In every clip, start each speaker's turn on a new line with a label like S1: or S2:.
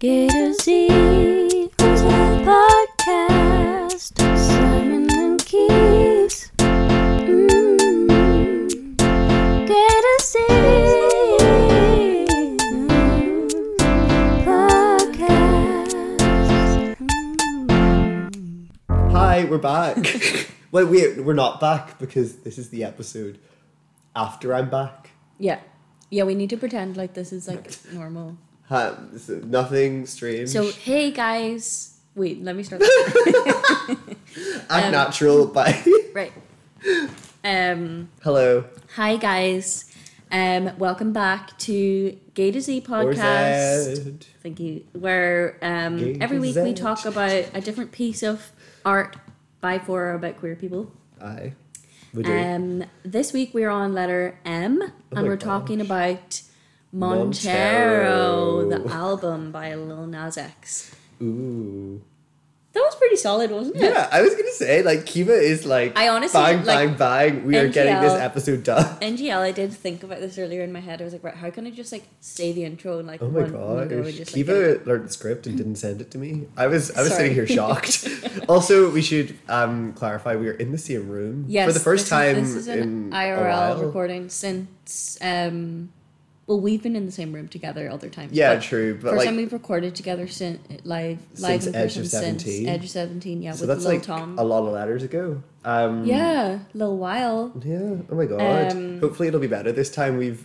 S1: Gator Z podcast. Simon and Keys. Mm. Gator Z podcast. Mm.
S2: Hi, we're back. well, we we're not back because this is the episode after I'm back.
S3: Yeah. Yeah, we need to pretend like this is like normal.
S2: Um, so nothing strange.
S3: So, hey guys. Wait, let me start. that.
S2: act
S3: um,
S2: natural. Bye.
S3: right. Um
S2: Hello.
S3: hi guys. Um welcome back to Gay to Z
S2: Or
S3: podcast.
S2: Zed.
S3: Thank you. Where um
S2: Gay
S3: every
S2: to
S3: week we
S2: Zed.
S3: talk about a different piece of art by for or about queer people.
S2: Aye. We do. Oh
S3: Um this week we're on letter M
S2: my
S3: and we're talking
S2: gosh.
S3: about
S2: Montero.
S3: Montero, the album by Lil Nas X.
S2: Ooh.
S3: That was pretty solid, wasn't it?
S2: Yeah, I was gonna say like Kiva is like
S3: I honestly,
S2: bang
S3: like,
S2: bang bang. We are getting this
S3: NGL.
S2: episode done.
S3: NGL, I did think about this earlier in my head. I was like, right, how can I just like say the intro and like
S2: Oh my
S3: one- one go
S2: gosh.
S3: and just, like,
S2: Kiva
S3: get it-
S2: learned the script and didn't send it to me. I was I was
S3: Sorry.
S2: sitting here shocked. also, we should um, clarify we are in the same room
S3: yes,
S2: for the
S3: this
S2: first
S3: is-
S2: time
S3: This is an
S2: in a
S3: IRL
S2: while.
S3: recording since um well we've been in the same room together other times.
S2: Yeah,
S3: but
S2: true. But
S3: first
S2: like,
S3: time we've recorded together since live live
S2: Since
S3: in
S2: Edge of
S3: person since
S2: 17.
S3: Edge of Seventeen, yeah,
S2: so
S3: with
S2: that's
S3: Lil
S2: like
S3: Tom.
S2: a lot of letters ago. Um,
S3: yeah, Lil While.
S2: Yeah. Oh my god.
S3: Um,
S2: Hopefully it'll be better this time. We've.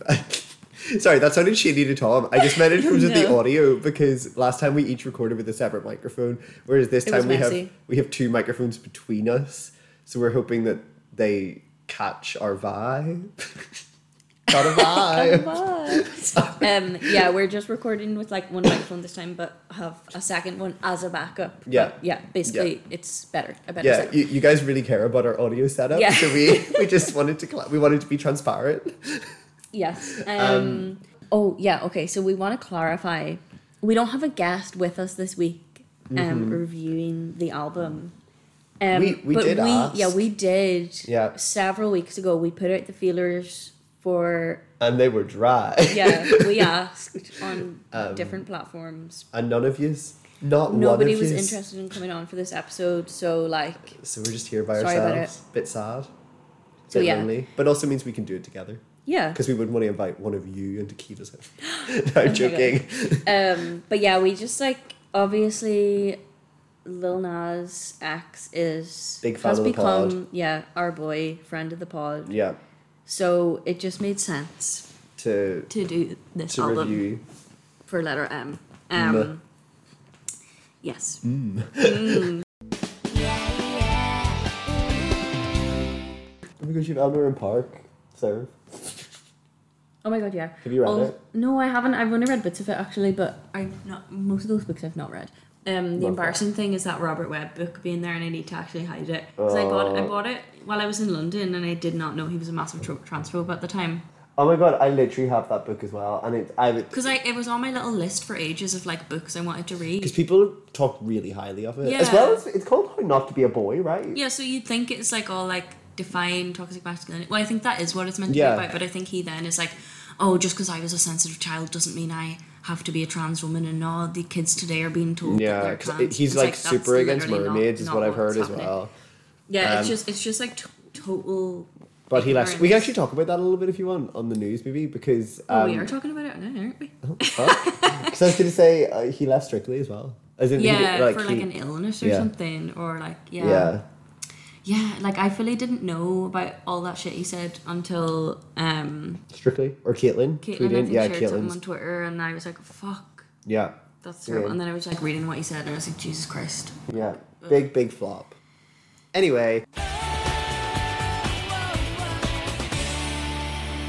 S2: Sorry, that sounded shitty to Tom. I just meant in terms of the
S3: No.
S2: audio because last time we each recorded with a separate microphone, whereas this
S3: It was
S2: time we have
S3: messy.
S2: we have two microphones between us. So we're hoping that they catch our vibe. Got a vibe.
S3: um yeah, we're just recording with like one microphone this time, but have a second one as a backup.
S2: Yeah.
S3: But, yeah. Basically, it's better. A better
S2: yeah,
S3: setup.
S2: you, you guys really care about our audio setup,
S3: Yeah.
S2: so we we just wanted to cla we wanted to be transparent.
S3: Yes. Um, oh, yeah. Okay. So we want to clarify. We don't have a guest with us this week um, reviewing the album. Um,
S2: Mm-hmm. We- we did ask.
S3: Yeah, we did.
S2: Yeah.
S3: Several weeks ago, we put out the feelers for.
S2: And they were dry.
S3: Yeah, we asked on
S2: Um,
S3: different platforms.
S2: and none of yous, not one
S3: Nobody
S2: of
S3: was
S2: yous.
S3: interested in coming on for this episode, so like,
S2: So we're just here by
S3: Sorry about
S2: ourselves. Bit sad.
S3: So
S2: bit
S3: yeah.
S2: lonely. But also means we can do it together.
S3: yeah.
S2: Because we would want to invite one of you into Kiva's
S3: Oh
S2: house. no, I'm joking.
S3: Um, but yeah, we just like obviously Lil Nas X is
S2: Big fan
S3: has
S2: of the
S3: become
S2: pod.
S3: yeah our boy friend of the pod.
S2: Yeah.
S3: So it just made sense
S2: To
S3: to do this
S2: to
S3: album
S2: review.
S3: for letter M. Um,
S2: Mm.
S3: Yes.
S2: Oh my gosh, you've Elmer and Park. So
S3: Oh my god, yeah.
S2: Have you read
S3: Al-
S2: it?
S3: No, I haven't. I've only read bits of it actually, but I've not. Most of those books I've not read. Um,
S2: Love that.
S3: the embarrassing thing is that Robert Webb book being there, and I need to actually hide it because I bought I
S2: Oh.
S3: bought it while I was in London, and I did not know he was a massive tro- transphobe at the time.
S2: Oh my god, I literally have that book as well. And it I would
S3: Because I it was on my little list for ages of like books I wanted to read.
S2: because people talk really highly of it. As
S3: Yeah.
S2: well as it's called How Not to Be a Boy, right?
S3: Yeah, so you'd think it's like all like define toxic masculinity. Well, I think that is what it's meant to
S2: Yeah.
S3: be about. But I think he then is like, oh, just because I was a sensitive child doesn't mean I have to be a trans woman. And all the kids today are being told that
S2: Yeah,
S3: they're
S2: 'cause
S3: trans.
S2: it- he's
S3: It's
S2: like,
S3: that's
S2: super against
S3: literally not-
S2: mermaids, is
S3: not
S2: what I've heard
S3: what's
S2: as
S3: happening.
S2: well.
S3: Yeah, it's
S2: Um,
S3: just it's just like t- total.
S2: But he likes. We
S3: ignorance.
S2: can actually talk about that a little bit if you want on the news, maybe because
S3: Oh,
S2: um,
S3: we are talking about it now, aren't we?
S2: Because I was going to say uh, he left Strictly as well. As in, he did-
S3: Yeah, for like
S2: he-
S3: an illness or
S2: Yeah.
S3: something, or like
S2: yeah.
S3: Yeah, like I fully didn't know about all that shit he said until um
S2: Strictly or Caitlyn.
S3: Caitlin I
S2: tweeted.
S3: think
S2: yeah,
S3: shared something
S2: Caitlyn's.
S3: on Twitter and I was like, fuck,
S2: Yeah,
S3: that's terrible.
S2: Yeah.
S3: And then I was like reading what he said and I was like, Jesus Christ.
S2: yeah, big big flop. Anyway,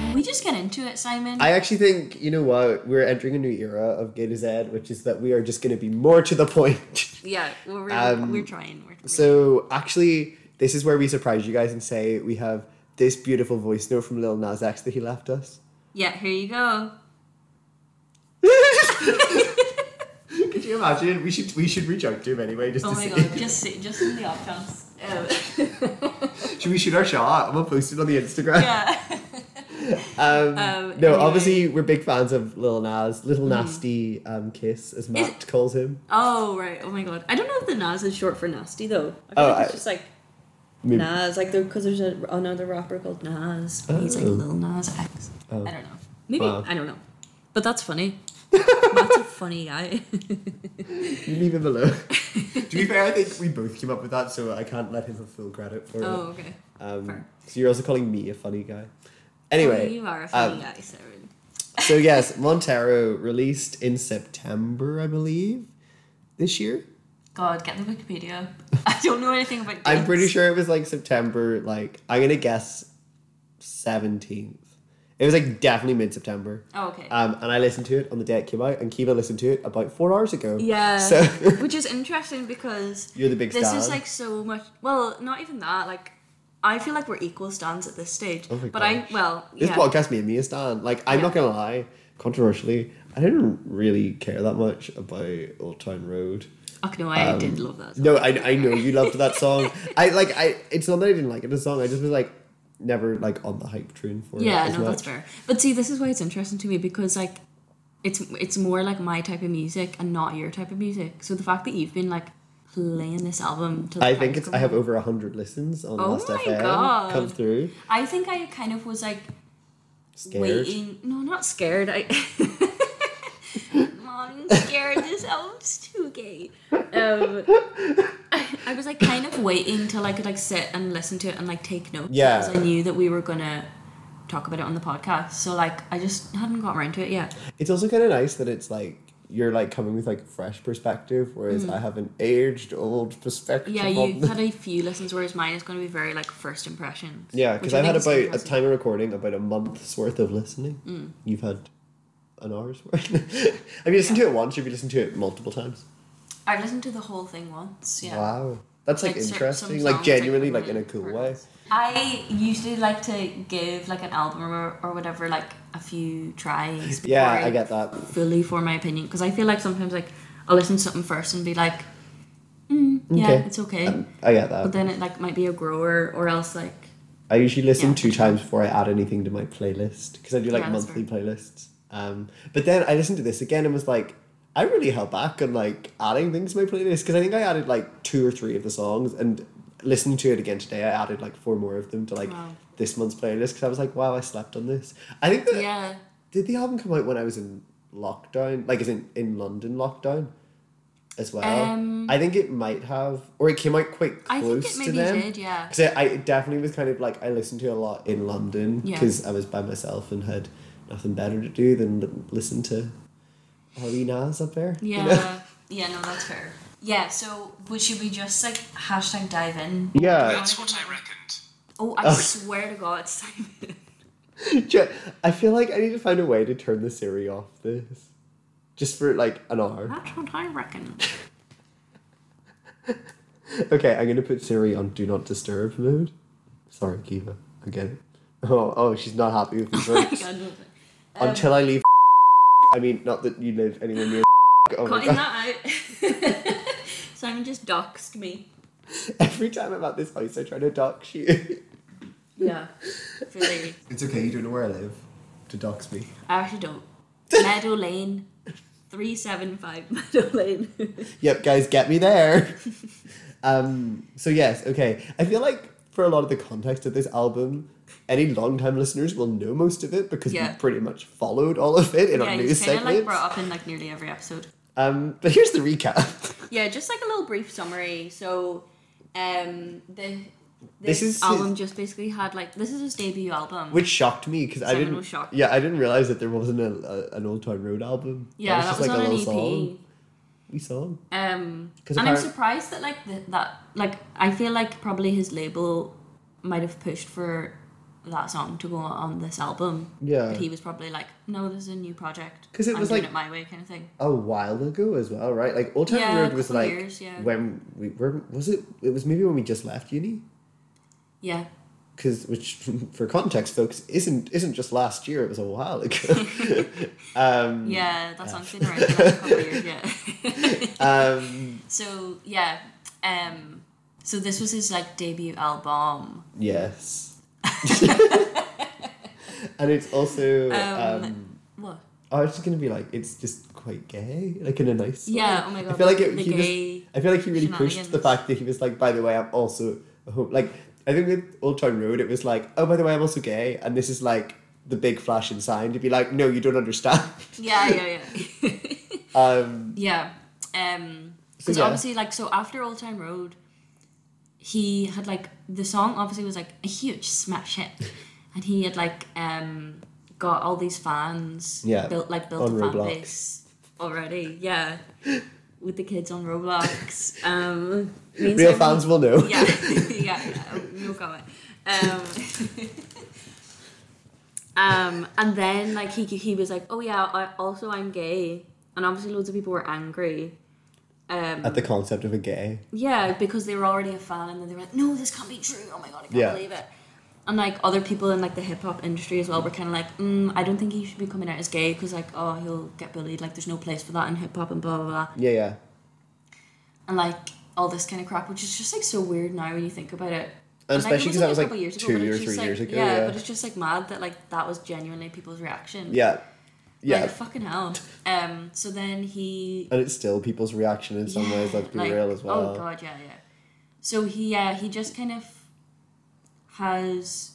S3: Will we just get into it, Simon?
S2: I actually think you know what we're entering a new era of Gay to Z, which is that we are just going to be more to the point.
S3: yeah, we're really,
S2: Um,
S3: we're trying. We're trying.
S2: So actually, this is where we surprise you guys and say we have this beautiful voice note from Lil Nas X that he left us.
S3: yeah, here you go.
S2: Could you imagine? We should we should reach out to him anyway just
S3: Oh
S2: to
S3: my
S2: see.
S3: god, just see, just in the off chance. Um,
S2: Should we shoot our shot? I'm gonna post it on the Instagram.
S3: yeah.
S2: Um,
S3: Um,
S2: no,
S3: anyway. Mm.
S2: obviously we're big fans of Lil Nas, Little Nasty um, Kiss, as Matt calls him.
S3: Oh right. Oh my god. I don't know if the Nas is short for nasty though. I feel
S2: Oh,
S3: like it's
S2: I-
S3: just like
S2: Maybe-
S3: Nas, like because there's a, another rapper called Nas. and He's like
S2: Oh.
S3: Lil Nas X.
S2: Oh.
S3: I don't know. Maybe
S2: Wow.
S3: I don't know. But that's funny. Matt's a funny guy.
S2: Leave him alone. to be fair, I think we both came up with that, so I can't let him have full credit for
S3: oh
S2: it.
S3: okay.
S2: Um,
S3: fair.
S2: so you're also calling me a funny guy. Anyway,
S3: Oh, you are a funny
S2: um,
S3: guy, Sarah.
S2: so yes, Montero released in September, I believe, this year.
S3: God, get the Wikipedia. I don't know anything about.
S2: I'm
S3: dates.
S2: pretty sure it was like September, like I'm gonna guess seventeenth. It was like definitely mid September.
S3: Oh, okay.
S2: Um, and I listened to it on the day it came out, and Kiva listened to it about four hours ago.
S3: yeah.
S2: So
S3: which is interesting because
S2: you're the big
S3: this
S2: star.
S3: is like so much. Well, not even that. Like, I feel like we're equal stands at this stage.
S2: Oh my
S3: but I
S2: gosh.
S3: well,
S2: this
S3: yeah.
S2: podcast made me a stan. Like I'm not
S3: Yeah.
S2: gonna lie, controversially, I didn't really care that much about Old Town Road.
S3: Fuck no, I did love that.
S2: um, No, I, I know you loved that song. I like I. It's not that I didn't like it as a song. I just was like never like on the hype train for it.
S3: Yeah,
S2: as
S3: no, that's
S2: much.
S3: fair. But see, this is why it's interesting to me because like, it's it's more like my type of music and not your type of music. So the fact that you've been like playing this album, till the
S2: I
S3: credits
S2: think it's.
S3: come
S2: I have
S3: on-
S2: over hundred listens on
S3: Oh
S2: Last
S3: my
S2: FM.
S3: God.
S2: Come through.
S3: I think I kind of was like
S2: Scared.
S3: waiting. No, not scared. I. Mom, I'm scared. This album's too gay. Um, I, I was like kind of waiting till I could like sit and listen to it and like take notes.
S2: Yeah.
S3: Because I knew that we were gonna talk about it on the podcast, so like I just hadn't got around to it yet.
S2: It's also kind of nice that it's like you're like coming with like fresh perspective, whereas I have an aged old perspective.
S3: Mm. Yeah,
S2: on
S3: you've
S2: the-
S3: had a few listens, whereas mine is going to be very like first impressions.
S2: Yeah,
S3: which
S2: because
S3: I
S2: I've had
S3: think is
S2: about at
S3: impressive.
S2: time of recording about a month's worth of listening.
S3: Mm.
S2: You've had an hour's worth. have you listened to it once? Have you listened to it multiple times?
S3: I've listened to the whole thing once. Yeah.
S2: Wow, that's like
S3: Like, cer-
S2: interesting.
S3: some
S2: Like
S3: songs,
S2: genuinely,
S3: like,
S2: like in a cool way.
S3: I usually like to give like an album or, or whatever like a few tries. before
S2: Yeah, I get that.
S3: fully for my opinion because I feel like sometimes like I'll listen to something first and be like, mm, yeah,
S2: Okay.
S3: it's okay,
S2: Um, I get
S3: but
S2: that.
S3: then it like might be a grower or else like
S2: I usually listen
S3: Yeah.
S2: two times before I add anything to my playlist because I do like
S3: Yeah, that's
S2: monthly playlists. Um, but then I listened to this again and was like, I really held back on like adding things to my playlist because I think I added like two or three of the songs and listening to it again today, I added like four more of them to like
S3: Wow.
S2: this month's playlist because I was like, wow, I slept on this. I think that
S3: yeah.
S2: did the album come out when I was in lockdown, like as in in London lockdown, as well.
S3: Um,
S2: I think it might have, or it came out quite
S3: I think it
S2: close
S3: maybe
S2: to them.
S3: did, yeah.
S2: Because I, it definitely was kind of like I listened to it a lot in London
S3: Yeah.
S2: because I was by myself and had nothing better to do than li- listen to Holly Nas up there. you
S3: Yeah,
S2: know?
S3: yeah, no, that's fair. Yeah, so would should we just like hashtag dive in?
S2: Yeah.
S4: That's what I reckoned.
S3: Oh, I
S2: Oh.
S3: swear to God, Simon.
S2: Ju- I feel like I need to find a way to turn the Siri off this, just for like an hour.
S3: That's what I reckon.
S2: Okay, I'm gonna put Siri on Do Not Disturb mode. Sorry, Kiva. I get it. Oh, oh, she's not happy with this.
S3: Oh my God, no.
S2: Until I leave. I mean, not that you live anywhere near. Oh my
S3: Cutting
S2: god!
S3: that out. Simon just doxed me.
S2: Every time I'm at this house, I try to dox you.
S3: Yeah. Really.
S2: It's okay. You don't know where I live to dox me.
S3: I actually don't. Meadow Lane. 375 Meadow Lane.
S2: Yep, guys, get me there. um. So yes, okay. I feel like for a lot of the context of this album. Any long-time listeners will know most of it because
S3: Yeah.
S2: we pretty much followed all of it in
S3: yeah,
S2: our
S3: he's
S2: news
S3: kind of like
S2: segments.
S3: brought up in like nearly every episode.
S2: um, but here's the recap.
S3: Yeah, just like a little brief summary. So, um, the
S2: This
S3: this,
S2: is his-
S3: album just basically had like this is his debut album.
S2: which shocked me because I
S3: Simon
S2: didn't.
S3: was shocked.
S2: Yeah, I didn't realize that there wasn't a, a, an Old Town Road album.
S3: yeah, that was,
S2: just like a
S3: on an E
S2: little
S3: EP.
S2: song. We song.
S3: Um,
S2: 'Cause
S3: and I'm
S2: apparent-
S3: surprised that like th- that like I feel like probably his label might have pushed for that song to go on this album.
S2: Yeah.
S3: But he was probably like, no, this is a new project.
S2: 'Cause it
S3: I'm
S2: was,
S3: doing
S2: like-
S3: it my way kind of thing.
S2: a while ago as well, right? Like Old Town
S3: Yeah, a
S2: Road was
S3: couple
S2: like
S3: years, yeah.
S2: when we were was it? It was maybe when we just left uni,
S3: Yeah.
S2: because which for context, folks, isn't isn't just last year. It was a while ago. um,
S3: Yeah, that song's been around for like, a couple years. Yeah.
S2: um,
S3: so yeah, um, so this was his like debut album.
S2: yes. and it's also.
S3: Um,
S2: Um,
S3: What?
S2: oh, it's just gonna be like it's just quite gay, like in a nice. way.
S3: Yeah. Oh my god.
S2: I feel like it,
S3: the
S2: he
S3: gay.
S2: was, I feel like he really pushed the
S3: shenanigans.
S2: fact that he was like, by the way, I'm also a hom-" like I think with Old Town Road it was like, oh by the way, I'm also gay, and this is like the big flashing sign to be like, no, you don't understand.
S3: Yeah, yeah, yeah.
S2: Um,
S3: yeah. Um,
S2: So,
S3: because
S2: yeah.
S3: obviously, like, so after Old Town Road, he had like the song obviously was like a huge smash hit, and he had like um got all these fans.
S2: Yeah,
S3: Built like built
S2: on
S3: a fan
S2: Roblox.
S3: base already. Yeah. With the kids on Roblox. Um, me and
S2: real
S3: Sophie-
S2: fans will know.
S3: yeah, yeah, yeah, no comment. Um, um, and then like he he was like, oh yeah, I, also I'm gay, and obviously loads of people were angry. Um,
S2: At the concept of a gay.
S3: yeah, because they were already a fan, and then they were like, no, this can't be true. Oh my god, I can't
S2: Yeah.
S3: believe it. And like other people in like the hip hop industry as well were kind of like, mm, I don't think he should be coming out as gay because like oh he'll get bullied. Like there's no place for that in hip hop and blah blah blah
S2: Yeah, yeah.
S3: and like all this kind of crap, which is just like so weird now when you think about it.
S2: And
S3: like, it
S2: especially 'cause that was,
S3: only a
S2: like,
S3: couple years ago,
S2: two
S3: but it's
S2: or
S3: just,
S2: three
S3: like,
S2: years ago,
S3: Yeah,
S2: yeah.
S3: but it's just like mad that like that was genuinely people's reaction.
S2: Yeah. Yeah.
S3: Like, fucking hell. Um. So then he.
S2: and it's still people's reaction in some ways, let's be
S3: like,
S2: real as well.
S3: Oh god, yeah, yeah. So he, uh, he just kind of has,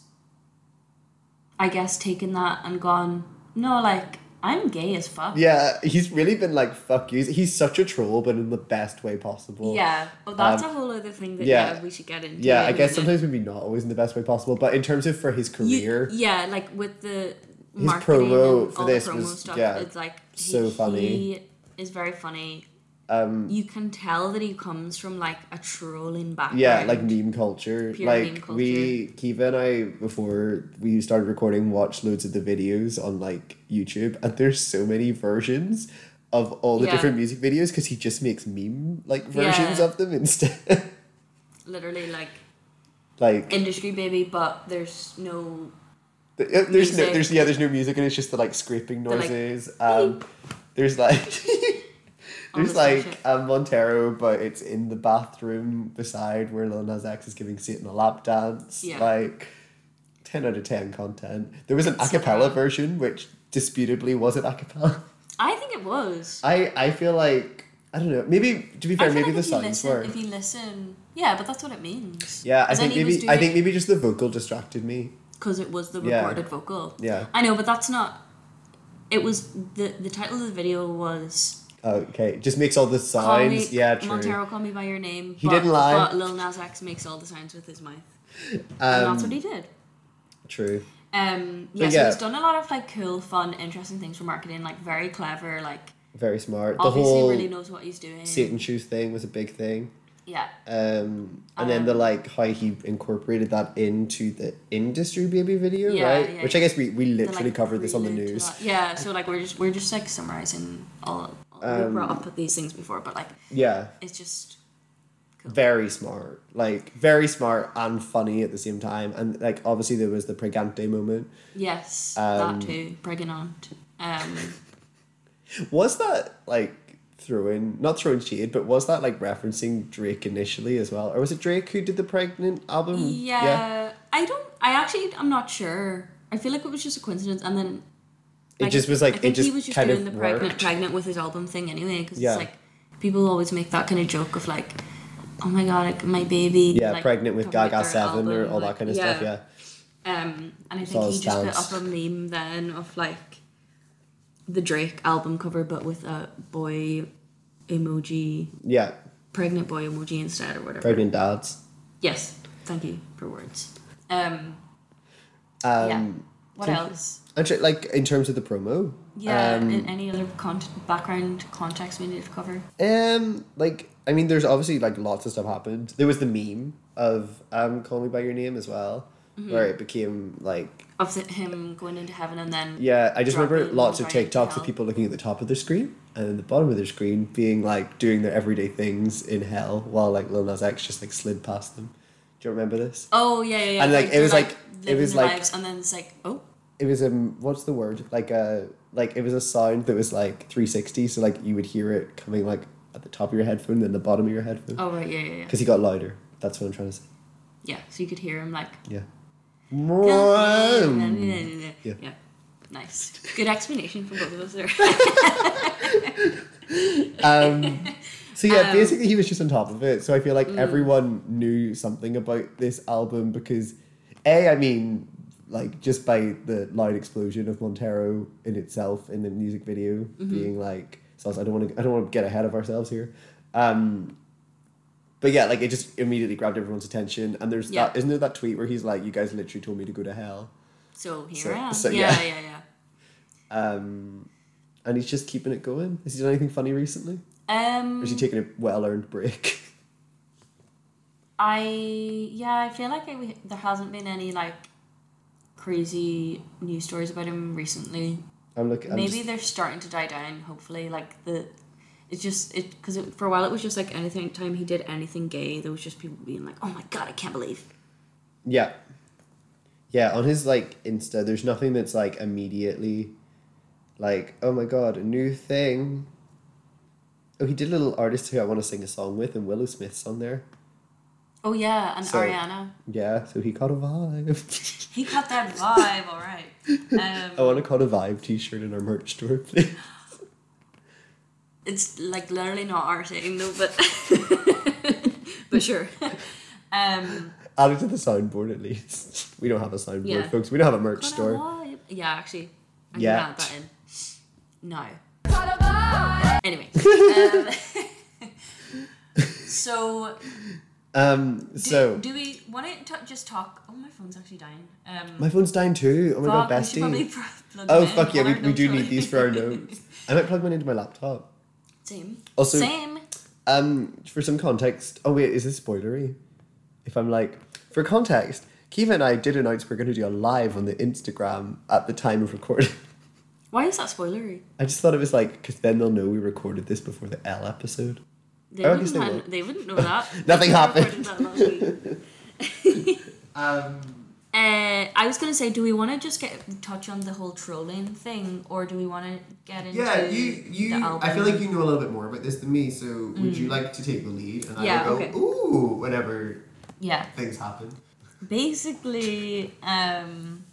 S3: I guess, taken that and gone. No, like I'm gay as fuck.
S2: Yeah, he's really been like, fuck you. He's such a troll, but in the best way possible.
S3: Yeah. Oh, that's
S2: Um,
S3: a whole other thing that
S2: yeah.
S3: yeah, we should get into.
S2: Yeah,
S3: in
S2: I
S3: a
S2: guess
S3: minute.
S2: sometimes maybe not always in the best way possible, but in terms of for his
S3: You-
S2: career,
S3: yeah, like with the
S2: His
S3: marketing
S2: promo
S3: and
S2: for
S3: all
S2: this
S3: the promo
S2: was-
S3: stuff,
S2: yeah,
S3: it's like he,
S2: so funny.
S3: He is very funny.
S2: um,
S3: You can tell that he comes from like a trolling background.
S2: yeah, like meme culture.
S3: Pure
S2: like
S3: meme culture.
S2: we, Kiva and I, before we started recording, watched loads of the videos on like YouTube, and there's so many versions of all the
S3: Yeah.
S2: different music videos because he just makes meme like versions
S3: Yeah.
S2: of them instead.
S3: literally like
S2: like
S3: industry baby, but there's no
S2: th- uh, there's no
S3: music.
S2: there's yeah there's no music and it's just the like scraping
S3: like,
S2: noises. um, there's like.
S3: all
S2: There's
S3: this kind
S2: like
S3: of shit.
S2: a Montero, but it's in the bathroom beside where Lil Nas X is giving Satan a lap dance.
S3: Yeah.
S2: Like, 10 out of 10 content. There was an a
S3: So
S2: cappella
S3: bad.
S2: version, which disputably wasn't a cappella.
S3: I think it was.
S2: I, I feel like, I don't know, maybe, to be
S3: I
S2: fair,
S3: feel
S2: maybe
S3: like
S2: the
S3: if you
S2: songs
S3: listen,
S2: were.
S3: If you listen, yeah, but that's what it means.
S2: Yeah, I think maybe I think maybe just the vocal distracted me.
S3: because it was the
S2: Yeah.
S3: recorded vocal.
S2: Yeah.
S3: I know, but that's not. It was the the title of the video was
S2: Okay, just makes all the
S3: Call Me-
S2: signs. Yeah, true.
S3: Montero, call me by your name.
S2: He
S3: but,
S2: didn't lie.
S3: But Lil Nas X makes all the signs with his mouth, and that's
S2: um,
S3: what he did.
S2: true.
S3: Um, yeah,
S2: But
S3: so
S2: yeah.
S3: he's done a lot of like cool, fun, interesting things for marketing. Like very clever. Like
S2: Very smart. The
S3: obviously
S2: whole
S3: really knows what he's doing.
S2: Satan shoes thing was a big thing.
S3: Yeah,
S2: um, and then the
S3: Um,
S2: like how he incorporated that into the industry baby video,
S3: Yeah,
S2: right?
S3: yeah,
S2: Which I
S3: yeah.
S2: guess we, we
S3: They,
S2: literally
S3: like,
S2: covered this on the
S3: really into
S2: news.
S3: that. Yeah, so like we're just we're just like summarizing all. all we
S2: Um,
S3: brought up these things before, but like
S2: Yeah,
S3: it's just
S2: very smart, like very smart and funny at the same time. And like obviously there was the pregante moment.
S3: yes
S2: Um,
S3: that too. Pregnant. Um,
S2: Was that like throwing not throwing shade, but was that like referencing Drake initially as well, or was it Drake who did the pregnant album?
S3: Yeah, I don't. I actually, I'm not sure. I feel like it was just a coincidence, and then
S2: it just was
S3: I
S2: like it
S3: think
S2: just,
S3: he was just
S2: kind
S3: doing
S2: of
S3: the
S2: worked.
S3: pregnant, pregnant with his album thing anyway, because
S2: Yeah.
S3: it's like people always make that kind of joke of like, oh my god, like my baby,
S2: Yeah,
S3: like,
S2: pregnant with
S3: talking about
S2: Gaga
S3: their
S2: Seven or
S3: album,
S2: all
S3: like,
S2: that kind of stuff. Yeah,
S3: Um, and I
S2: all
S3: think he just
S2: stance.
S3: put up a meme then of like the Drake album cover, but with a boy emoji,
S2: yeah,
S3: pregnant boy emoji instead or whatever.
S2: pregnant dads.
S3: Yes, thank you for words. Um,
S2: Um,
S3: yeah. What
S2: think-
S3: else?
S2: Actually, like in terms of the promo,
S3: Yeah,
S2: um,
S3: and any other cont- background context we need to cover?
S2: um, like I mean, there's obviously like lots of stuff happened. There was the meme of um, "Call Me by Your Name" as well,
S3: Mm-hmm.
S2: where it became like
S3: Of the, him going into heaven and then.
S2: yeah. I just remember
S3: Dropping
S2: lots of
S3: right
S2: TikToks
S3: hell.
S2: of people looking at the top of their screen and then the bottom of their screen being like doing their everyday things in hell while like Lil Nas X just like slid past them. Do you remember this?
S3: Oh, yeah, yeah, yeah.
S2: And, like, it
S3: they're,
S2: was, like- it
S3: living
S2: was,
S3: their
S2: like-
S3: lives and then it's like, oh.
S2: It was um what's the word like a like it was a sound that was like three sixty. So like you would hear it coming like at the top of your headphone, then the bottom of your headphone.
S3: Oh, right, yeah, yeah, yeah.
S2: Because he got louder. That's what I'm trying to say.
S3: Yeah, so you could hear him, like,
S2: Yeah. Vroom.
S3: yeah.
S2: Yeah.
S3: Nice. Good explanation from both of us there.
S2: um, so
S3: Um,
S2: yeah,
S3: mm.
S2: basically he was just on top of it. So I feel like everyone knew something about this album because, a, I mean, like just by the loud explosion of Montero in itself in the music video
S3: Mm-hmm.
S2: being like, so I, was- I don't want to, I don't want to get ahead of ourselves here. Um, but yeah, like it just immediately grabbed everyone's attention. And there's
S3: Yeah.
S2: that, isn't there that tweet where he's like, "You guys literally told me to go to hell."
S3: so here
S2: So-
S3: I am.
S2: so,
S3: yeah,
S2: yeah.
S3: yeah, yeah.
S2: Um, and he's just keeping it going. Has he done anything funny recently? Or
S3: Um,
S2: is he taking a well-earned break?
S3: I yeah, I feel like I, there hasn't been any like crazy news stories about him recently.
S2: I'm looking. I'm
S3: Maybe
S2: just-
S3: they're starting to die down. Hopefully, like the it's just it because it, for a while it was just like anything time he did anything gay, there was just people being like, "Oh my god, I can't believe."
S2: yeah, yeah. On his like Insta, there's nothing that's like immediately, like oh my god, a new thing. Oh, he did a little artist who I want to sing a song with, and Willow Smith's on there.
S3: Oh yeah, and
S2: So-
S3: Ariana,
S2: Yeah, so he caught a vibe.
S3: he got that vibe, all right. Um,
S2: I want to caught a vibe T-shirt in our merch store, please.
S3: it's like literally not our thing though, but but sure. um,
S2: Add it to the soundboard at least. We don't have a soundboard,
S3: Yeah.
S2: folks. We don't have a merch store.
S3: Caught a vibe. Yeah, actually, I
S2: Yeah.
S3: can add that in. No. Anyway. Um, so
S2: Um,
S3: do,
S2: so
S3: do we want to t- just talk? Oh, my phone's actually dying. Um,
S2: my phone's down too. Oh my
S3: fuck,
S2: god,
S3: we should probably
S2: bestie.
S3: pr- plug
S2: Oh
S3: them in.
S2: fuck yeah,
S3: All
S2: we,
S3: our
S2: we do
S3: notes are
S2: need these for our
S3: like-
S2: notes. I might plug mine into my laptop.
S3: Same.
S2: Also-
S3: same.
S2: Um, for some context, oh wait, is this spoilery? If I'm like, for context, Kiva and I did announce we're going to do a live on the Instagram at the time of recording.
S3: Why is that spoilery?
S2: I just thought it was like, because then they'll know we recorded this before the L episode.
S3: They,
S2: I
S3: wouldn't,
S2: guess they
S3: mind-
S2: would.
S3: they wouldn't know that.
S2: Nothing
S3: We
S2: happened.
S3: recorded that last week.
S2: Um,
S3: Uh, I was gonna say, do we want to just get touch on the whole trolling thing, or do we want to get into the album?
S2: you know a little bit more about this than me. So would you like to take the lead? And
S3: will Yeah, go, okay.
S2: ooh, whenever
S3: yeah.
S2: things happen.
S3: Basically, um,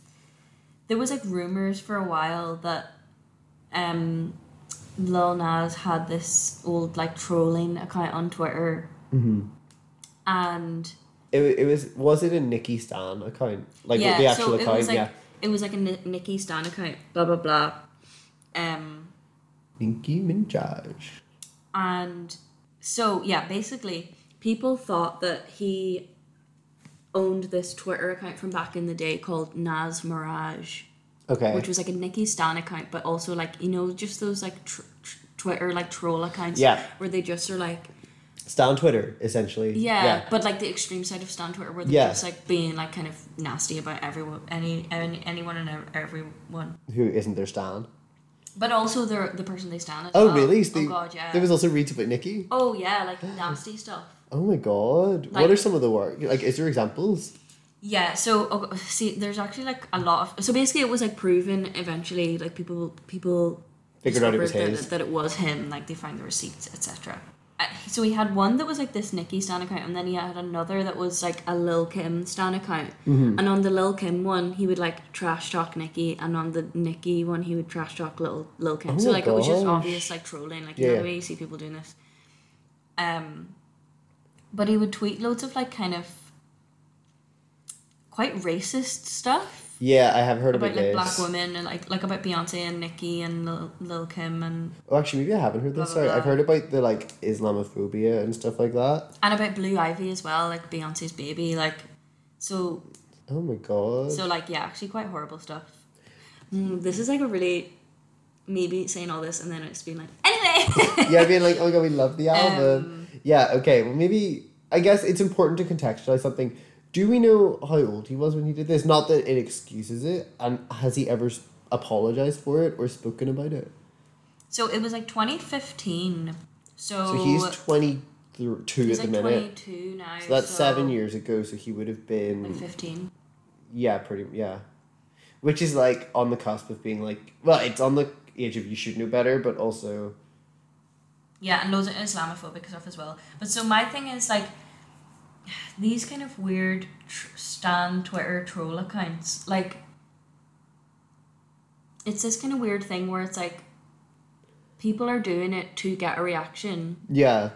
S3: there was like rumors for a while that um, Lil Nas had this old like trolling account on Twitter,
S2: Mm-hmm.
S3: and
S2: It, wa- it was was it a Nikki Stan account like
S3: yeah,
S2: the actual
S3: so
S2: account
S3: it was like
S2: yeah
S3: it was like a Ni- Nicki Stan account, blah blah blah. Um,
S2: Nicki Minaj
S3: And so, yeah, basically, people thought that he owned this Twitter account from back in the day called Nas Mirage,
S2: okay
S3: which was like a Nikki Stan account, but also like, you know, just those like tr- tr- Twitter like troll accounts
S2: Yeah.
S3: where they just are like,
S2: Stan Twitter essentially
S3: yeah, but like the extreme side of Stan Twitter where they're
S2: Yeah.
S3: just like being like kind of nasty about everyone, any, any anyone and ev- everyone.
S2: who isn't their Stan
S3: But also they're the person they stand at.
S2: oh really So
S3: Oh,
S2: they-
S3: God, yeah.
S2: there was also reads about Nikki
S3: oh, yeah, like nasty stuff.
S2: oh my god
S3: Like-
S2: what are some of the work like is there examples
S3: Yeah, so okay, see, there's actually like a lot of so basically it was like proven eventually like people people
S2: figured out it was
S3: discovered that,
S2: his
S3: that it was him like they found the receipts etc. Uh, So he had one that was like this Nicki Stan account, and then he had another that was like a Lil Kim Stan account.
S2: Mm-hmm.
S3: And on the Lil Kim one, he would like trash talk Nicki, and on the Nicki one, he would trash talk Lil Lil Kim.
S2: Oh
S3: so
S2: my
S3: like it was just
S2: gosh.
S3: obvious like trolling, like you know
S2: Yeah.
S3: the way you see people doing this. Um, but he would tweet loads of like kind of quite racist stuff
S2: yeah I have heard
S3: about
S2: about,
S3: like black
S2: this
S3: women and like like about Beyonce and Nicki and Lil, Lil Kim and
S2: oh actually maybe I haven't heard
S3: Blah, blah,
S2: this sorry I've
S3: blah.
S2: heard about the like Islamophobia and stuff like that
S3: and about Blue Ivy as well, like Beyonce's baby, like so
S2: oh my god
S3: so like yeah, actually quite horrible stuff. Mm, this is like a really maybe saying all this and then it's being like anyway.
S2: yeah, being like, oh my god, we love
S3: Um,
S2: the album. yeah, okay. Well, maybe I guess it's important to contextualize something. Do we know how old he was when he did this? Not that it excuses it, and has he ever s- apologized for it or spoken about it?
S3: so it was like 2015. So,
S2: So he's twenty two
S3: he's,
S2: at the
S3: like
S2: minute.
S3: 22 now.
S2: So that's seven years ago. So he would have
S3: Like
S2: been
S3: 15.
S2: yeah, pretty yeah, which is like on the cusp of being like well, it's on the age of you should know better, but also
S3: Yeah, and loads of Islamophobic stuff as well. But so my thing is like, these kind of weird tr- stan Twitter troll accounts. Like, it's this kind of weird thing where it's like people are doing it to get a reaction,
S2: Yeah.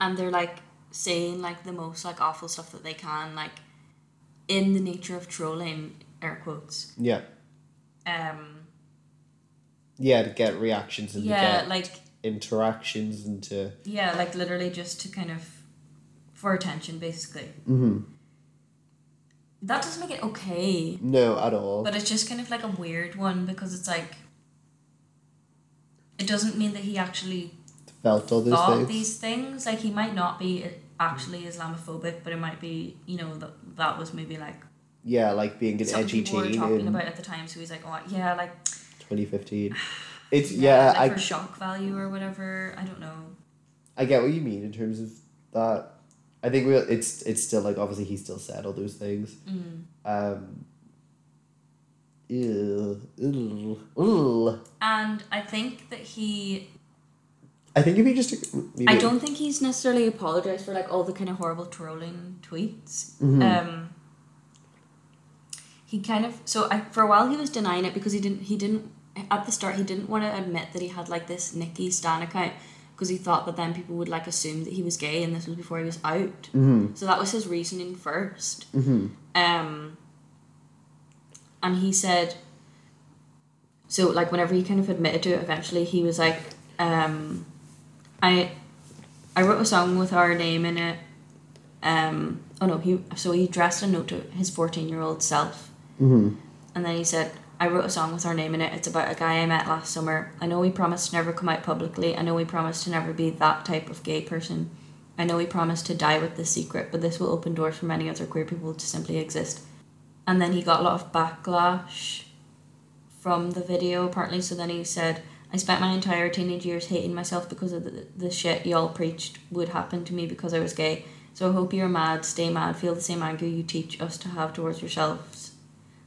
S3: and they're like saying like the most like awful stuff that they can, like in the nature of trolling, air quotes.
S2: Yeah.
S3: Um,
S2: Yeah, to get reactions and
S3: yeah,
S2: to get
S3: like
S2: interactions and to
S3: yeah, like literally just to kind of for attention, basically.
S2: Mhm.
S3: That doesn't make it okay.
S2: no at all.
S3: But it's just kind of like a weird one because it's like it doesn't mean that he actually
S2: felt all those
S3: thought
S2: things. Mm-hmm.
S3: these things. Like he might not be actually Islamophobic, but it might be you know that that was maybe like
S2: yeah, like being an
S3: something
S2: edgy
S3: people were
S2: teen
S3: talking
S2: in
S3: about at the time. So he's like, oh yeah, like
S2: 2015. It's yeah,
S3: like
S2: I
S3: for shock value or whatever. I don't know.
S2: I get what you mean in terms of that. I think we it's it's still like obviously he still said all those things.
S3: Mm.
S2: Um, ew, ew, ew.
S3: And I think that he.
S2: I think if you just maybe,
S3: I don't think he's necessarily apologized for like all the kind of horrible trolling tweets. Um, he kind of so I, for a while he was denying it because he didn't he didn't at the start he didn't want to admit that he had like this Nikki Stan account because he thought that then people would like assume that he was gay and this was before he was out.
S2: mm-hmm,
S3: So that was his reasoning 1st Um, and he said, so like whenever he kind of admitted to it, eventually he was like, um, I, I wrote a song with our name in it. Um, oh no, he so he addressed a note to his fourteen year old self,
S2: mm-hmm.
S3: and then he said, "I wrote a song with our name in it. It's about a guy I met last summer. I know we promised to never come out publicly. I know we promised to never be that type of gay person. I know we promised to die with this secret, but this will open doors for many other queer people to simply exist." And then he got a lot of backlash from the video apparently. So then he said, I spent my entire teenage years hating myself because of the, the shit y'all preached would happen to me because I was gay. So I hope you're mad, stay mad, feel the same anger you teach us to have towards yourselves.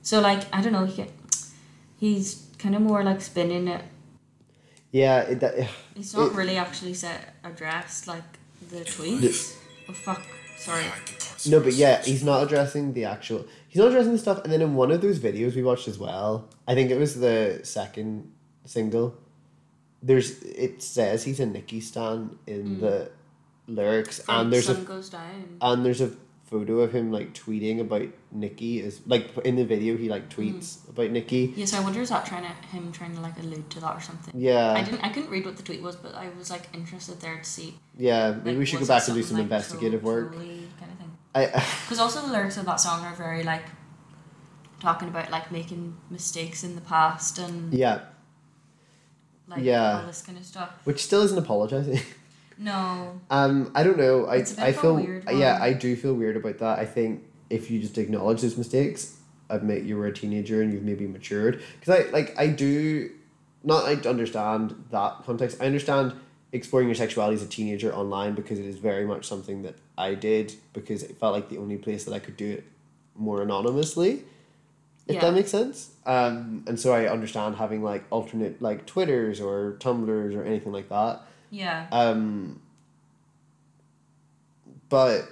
S3: So like I don't know, he, he's kind of more like spinning it.
S2: Yeah, it, that,
S3: He's not
S2: It-
S3: really actually said addressed like the tweets. oh fuck, sorry.
S2: no, but yeah, he's not addressing the actual. He's not addressing the stuff. And then in one of those videos we watched as well, I think it was the second single. There's it says he's a Nicki stan
S3: Mm.
S2: in the lyrics, and there's a
S3: sun goes down.
S2: and there's a photo of him like tweeting about Nikki is like in the video he like tweets
S3: Mm.
S2: about Nikki.
S3: Yeah, so I wonder is that trying to him trying to like allude to that or something.
S2: Yeah,
S3: I didn't. I couldn't read what the tweet was, but I was like interested there to see.
S2: yeah. Maybe
S3: like,
S2: we should go
S3: was
S2: back
S3: it
S2: and do
S3: something,
S2: some
S3: like,
S2: investigative
S3: troll-
S2: work.
S3: trolly Kind of thing.
S2: I
S3: Because also the lyrics of that song are very like talking about like making mistakes in the past and
S2: yeah,
S3: like
S2: yeah.
S3: all this kind of stuff.
S2: which still isn't apologizing.
S3: No,
S2: um, I don't know. I
S3: It's a bit
S2: I
S3: of a
S2: feel
S3: weird
S2: yeah.
S3: one.
S2: I do feel weird about that. I think if you just acknowledge those mistakes, admit you were a teenager and you've maybe matured. Because I like I do not I understand that context. I understand exploring your sexuality as a teenager online because it is very much something that I did because it felt like the only place that I could do it more anonymously. If
S3: Yeah.
S2: that makes sense. Um, and so I understand having like alternate like Twitters or Tumblrs or anything like that.
S3: yeah,
S2: Um, but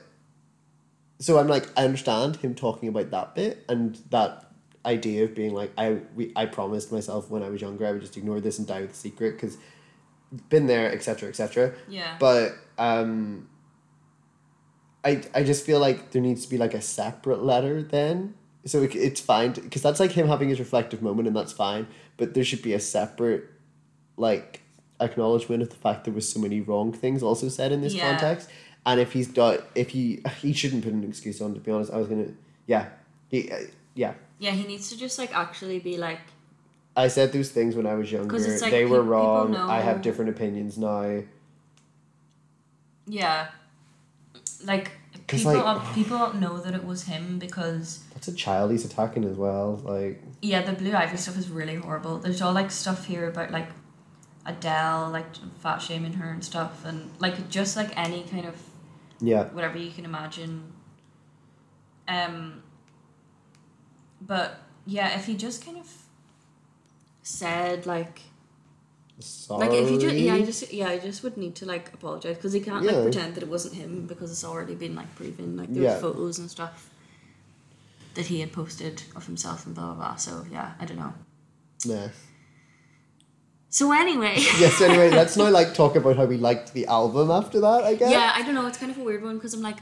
S2: so I'm like, I understand him talking about that bit and that idea of being like, I we I promised myself when I was younger I would just ignore this and die with the secret because been there, etc., etc.
S3: yeah,
S2: But um, I I just feel like there needs to be like a separate letter then. So it, it's fine because that's like him having his reflective moment and that's fine. But there should be a separate like acknowledgement of the fact there was so many wrong things also said in this
S3: Yeah.
S2: context. And if he's got if he he shouldn't put an excuse on. To be honest, I was gonna yeah he uh, yeah.
S3: yeah. He needs to just like actually be like
S2: I said those things when I was younger.
S3: 'Cause it's like
S2: they were
S3: peop- people
S2: wrong. I
S3: know.
S2: have different opinions now.
S3: yeah, like
S2: 'Cause,
S3: people
S2: like-
S3: are- people know that it was him because
S2: That's a child he's attacking as well. Like
S3: Yeah, the Blue Ivy stuff is really horrible. There's all like stuff here about like Adele, like fat shaming her and stuff, and like just like any kind of
S2: yeah.
S3: whatever you can imagine. Um. But yeah, if he just kind of said like
S2: Sorry.
S3: Like if you just yeah, I just yeah, I just would need to like apologize because he can't
S2: Yeah.
S3: like pretend that it wasn't him because it's already been like proven. Like there
S2: Yeah.
S3: was photos and stuff that he had posted of himself and blah blah blah. So yeah, I don't know.
S2: Nah.
S3: So anyway,
S2: Yes. Anyway, let's now like talk about how we liked the album after that. I guess.
S3: yeah, I don't know. It's kind of a weird one because I'm like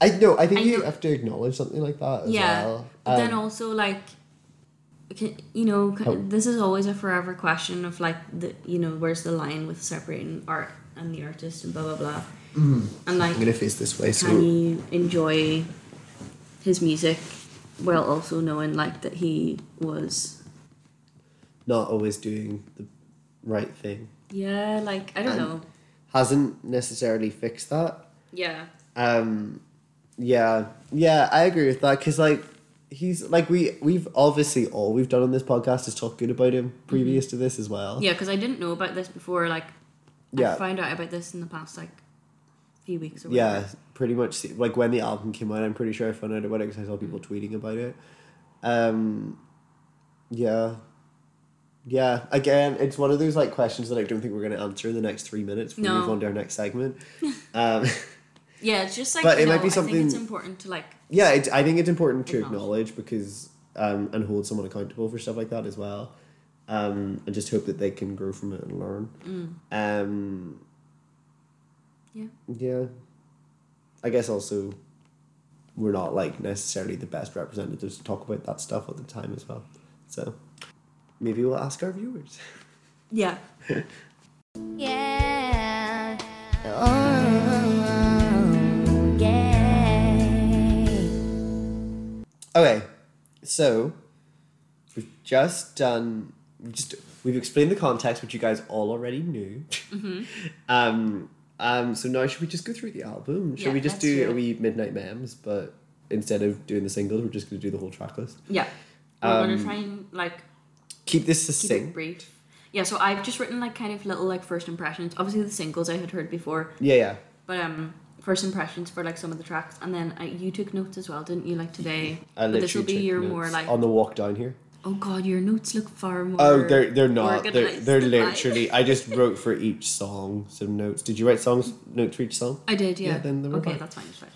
S2: I know. I think
S3: I
S2: you
S3: know-
S2: have to acknowledge something like that as
S3: yeah,
S2: well.
S3: but then
S2: Um,
S3: also like. can- You know, c-
S2: Oh.
S3: this is always a forever question of like the you know where's the line with separating art and the artist and blah blah blah,
S2: Mm-hmm.
S3: and like
S2: I'm gonna face this way. So
S3: can you enjoy his music while also knowing like that he was
S2: not always doing the right thing
S3: yeah like i don't
S2: And-
S3: know
S2: hasn't necessarily fixed that.
S3: yeah
S2: um yeah yeah i agree with that because like he's like we we've obviously all we've done on this podcast is talk good about him previous to this as well
S3: Mm-hmm. yeah because i didn't know about this before like
S2: Oh. yeah
S3: i found out about this in the past like few weeks or whatever.
S2: yeah pretty much se- like when the album came out i'm pretty sure i found out about it because i saw people tweeting about it um yeah yeah again it's one of those like questions that i don't think we're going to answer in the next three minutes we
S3: No.
S2: move on to our next segment um
S3: yeah it's just like
S2: But it
S3: you
S2: might
S3: know,
S2: be
S3: i think it's
S2: something-
S3: important to like
S2: yeah it, i think it's important to
S3: Acknowledge.
S2: acknowledge because um, and hold someone accountable for stuff like that as well um, and just hope that they can grow from it and learn um,
S3: Yeah.
S2: yeah i guess also we're not like necessarily the best representatives to talk about that stuff at the time as well so maybe we'll ask our viewers
S3: yeah
S1: Yeah. Oh, yeah.
S2: Okay, so we've just done. we Just we've explained the context, which you guys all already knew.
S3: mm-hmm,
S2: um, um. So now should we just go through the album? Should
S3: Yeah,
S2: we just
S3: let's
S2: do,
S3: do
S2: a
S3: it.
S2: wee midnight memes? But instead of doing the singles, we're just gonna do the whole track list.
S3: yeah we're
S2: Um,
S3: gonna try and like
S2: Keep this
S3: keep it
S2: succinct.
S3: brief yeah so i've just written like kind of little like first impressions obviously the singles i had heard before
S2: Yeah, yeah.
S3: But um, first impressions for like some of the tracks, and then uh, you took notes as well, didn't you? Like today,
S2: I
S3: but this will be
S2: literally took
S3: your
S2: notes
S3: more like
S2: on the walk down here.
S3: oh god, your notes look far more.
S2: Oh, they're they're not. They're
S3: organized
S2: they're
S3: than mine.
S2: literally. I just wrote for each song some notes. Did you write songs notes for each song?
S3: I did, yeah.
S2: Yeah, then they were
S3: okay,
S2: fine.
S3: that's fine. That's fine.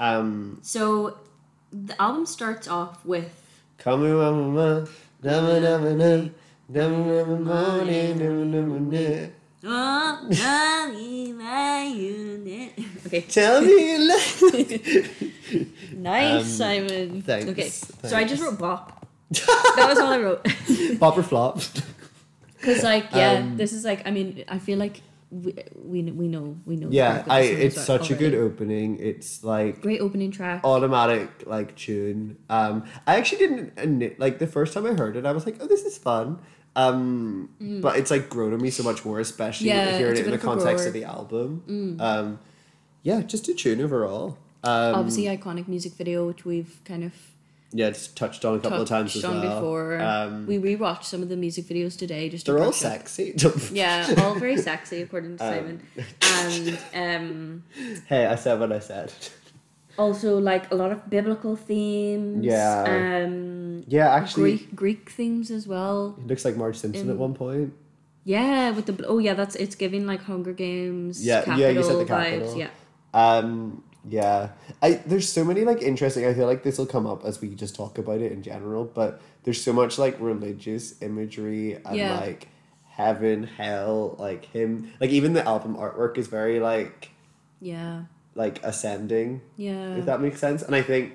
S2: Um,
S3: So the album starts off with
S2: Come here, mama, mama, mama, mama, mama, mama, mama, mama, mama.
S3: oh, mommy, my unit. okay,
S2: Tell me you love.
S3: nice,
S2: Um,
S3: Simon.
S2: thanks,
S3: Okay, so I
S2: thanks.
S3: just wrote bop. that was all I wrote.
S2: Pop or flop?
S3: Because like yeah,
S2: Um,
S3: this is like I mean I feel like we we, we know we know.
S2: Yeah,
S3: we've got
S2: I.
S3: this one
S2: It's
S3: as
S2: such
S3: well
S2: a good
S3: already.
S2: opening. It's like
S3: great opening track.
S2: automatic like tune. Um, I actually didn't ini- like the first time I heard it. I was like, oh, this is fun. Um, but it's like grown on me so much more, especially
S3: Mm. Yeah,
S2: hearing
S3: it's
S2: it
S3: a Mm.
S2: in the
S3: bit of a
S2: context
S3: grower.
S2: of the album. Um, yeah, just a tune overall. Um,
S3: Obviously, iconic music video, which we've kind of
S2: yeah, it's touched on a couple of
S3: touched
S2: times as
S3: on
S2: well.
S3: before.
S2: Um,
S3: we rewatched some of the music videos today. Just to
S2: They're all
S3: brush up.
S2: sexy. Um,
S3: Yeah, all very sexy according to Simon. And um,
S2: hey, I said what I said.
S3: also like a lot of biblical themes.
S2: Yeah.
S3: Um,
S2: Yeah, actually,
S3: Greek Greek themes as well.
S2: it looks like Marge Simpson at
S3: Um,
S2: one point.
S3: Yeah, with the bl- oh yeah, that's it's giving like Hunger Games.
S2: Yeah,
S3: capital
S2: yeah, you said the
S3: vibes.
S2: capital.
S3: Yeah.
S2: Um, yeah, I there's so many like interesting. I feel like this will come up as we just talk about it in general, but there's so much like religious imagery and
S3: Yeah.
S2: like heaven, hell, like him, like even the album artwork is very like
S3: Yeah.
S2: like ascending.
S3: Yeah.
S2: if that makes sense. And I think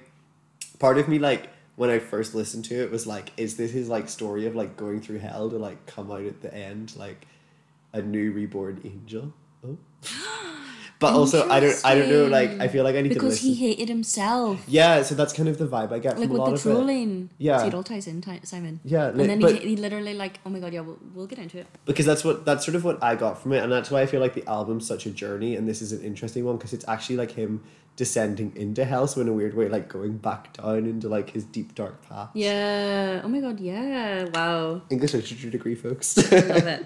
S2: part of me, like, when I first listened to it, was like, is this his like story of like going through hell to like come out at the end like a new reborn angel? Oh. but also, I don't, I don't know. Like, I feel like I need
S3: because
S2: to listen.
S3: he hated himself,
S2: yeah, so that's kind of the vibe I get
S3: like
S2: from a
S3: with
S2: lot
S3: the
S2: of it.
S3: trolling.
S2: Yeah.
S3: So it all ties in, ti- Simon.
S2: Yeah, li-
S3: and then
S2: but-
S3: he, he literally like, oh my god, yeah, we'll, we'll get into it.
S2: because that's what that's sort of what I got from it, and that's why I feel like the album's such a journey, and this is an interesting one because it's actually like him descending into hell, so in a weird way, like going back down into like his deep dark past.
S3: Yeah. Oh my god. Yeah. Wow.
S2: English literature degree, folks.
S3: I love it.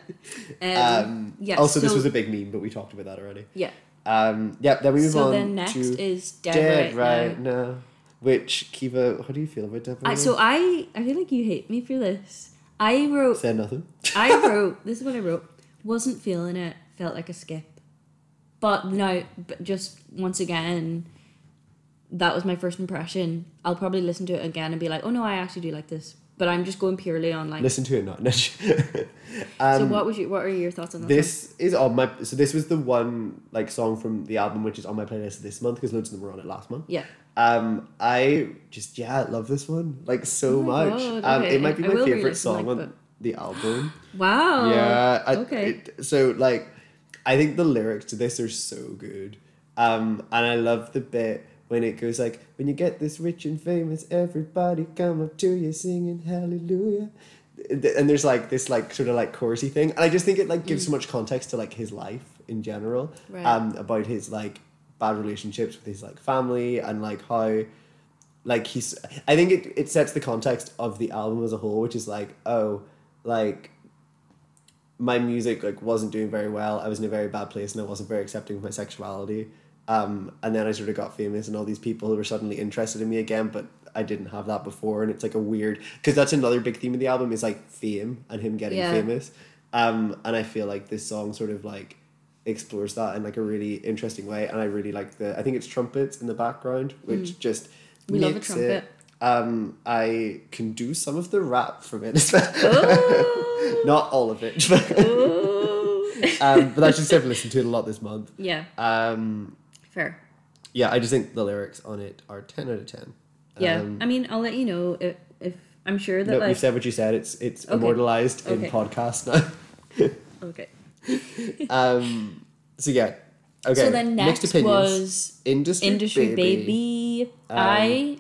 S3: Um,
S2: Um,
S3: yeah,
S2: also, this
S3: so-
S2: was a big meme, but we talked about that already.
S3: yeah.
S2: Um, yeah, then we move
S3: So
S2: on
S3: then next
S2: to
S3: is dead,
S2: Dead
S3: right,
S2: Right
S3: Now.
S2: Now, which, Kiva, how do you feel about Dead Right
S3: I,
S2: Now?
S3: so I I feel like you hate me for this. I wrote
S2: Said nothing.
S3: I wrote this is what I wrote. Wasn't feeling it. Felt like a skip. But no, but just once again, that was my first impression. I'll probably listen to it again and be like, oh no, I actually do like this. But I'm just going purely on like.
S2: Listen to it, not niche.
S3: so what was you? What are your thoughts on that song?
S2: um, this is on my. So this was the one like song from the album which is on my playlist this month because loads of them were on it last month.
S3: Yeah.
S2: Um, I just yeah love this one like so
S3: Oh my
S2: much.
S3: God,
S2: Um,
S3: okay.
S2: it might be
S3: I
S2: my
S3: will
S2: favorite
S3: re-listen,
S2: song
S3: like,
S2: on
S3: but-
S2: the album.
S3: Wow.
S2: yeah. I,
S3: okay.
S2: it- so like, I think the lyrics to this are so good, um, and I love the bit when it goes like, "When you get this rich and famous, everybody come up to you singing hallelujah." Th- And there's like this like sort of like chorusy thing, and I just think it like gives so much context to like his life in general,
S3: Right.
S2: um, about his like bad relationships with his like family and like how like he's i think it, it sets the context of the album as a whole which is like oh like my music like wasn't doing very well i was in a very bad place and i wasn't very accepting of my sexuality um, and then i sort of got famous and all these people were suddenly interested in me again but i didn't have that before and it's like a weird because that's another big theme of the album is like fame and him getting
S3: Yeah.
S2: famous um, and i feel like this song sort of like explores that in like a really interesting way and i really like the i think it's trumpets in the background which just
S3: Mm. We love a
S2: makes
S3: trumpet.
S2: It, um, I can do some of the rap from it, as well.
S3: Oh.
S2: not all of it, but,
S3: Oh.
S2: um, but I should still listen to it a lot this month.
S3: yeah.
S2: Um,
S3: Fair.
S2: yeah, I just think the lyrics on it are ten out of ten.
S3: Yeah.
S2: um,
S3: I mean, I'll let you know if, if I'm sure that
S2: No,
S3: like.
S2: you've said what you said. It's it's
S3: Okay.
S2: immortalized
S3: Okay.
S2: in podcast now.
S3: okay.
S2: Um, so yeah, okay.
S3: So then next
S2: Mixed opinions. Um,
S3: was
S2: industry,
S3: Industry Baby. I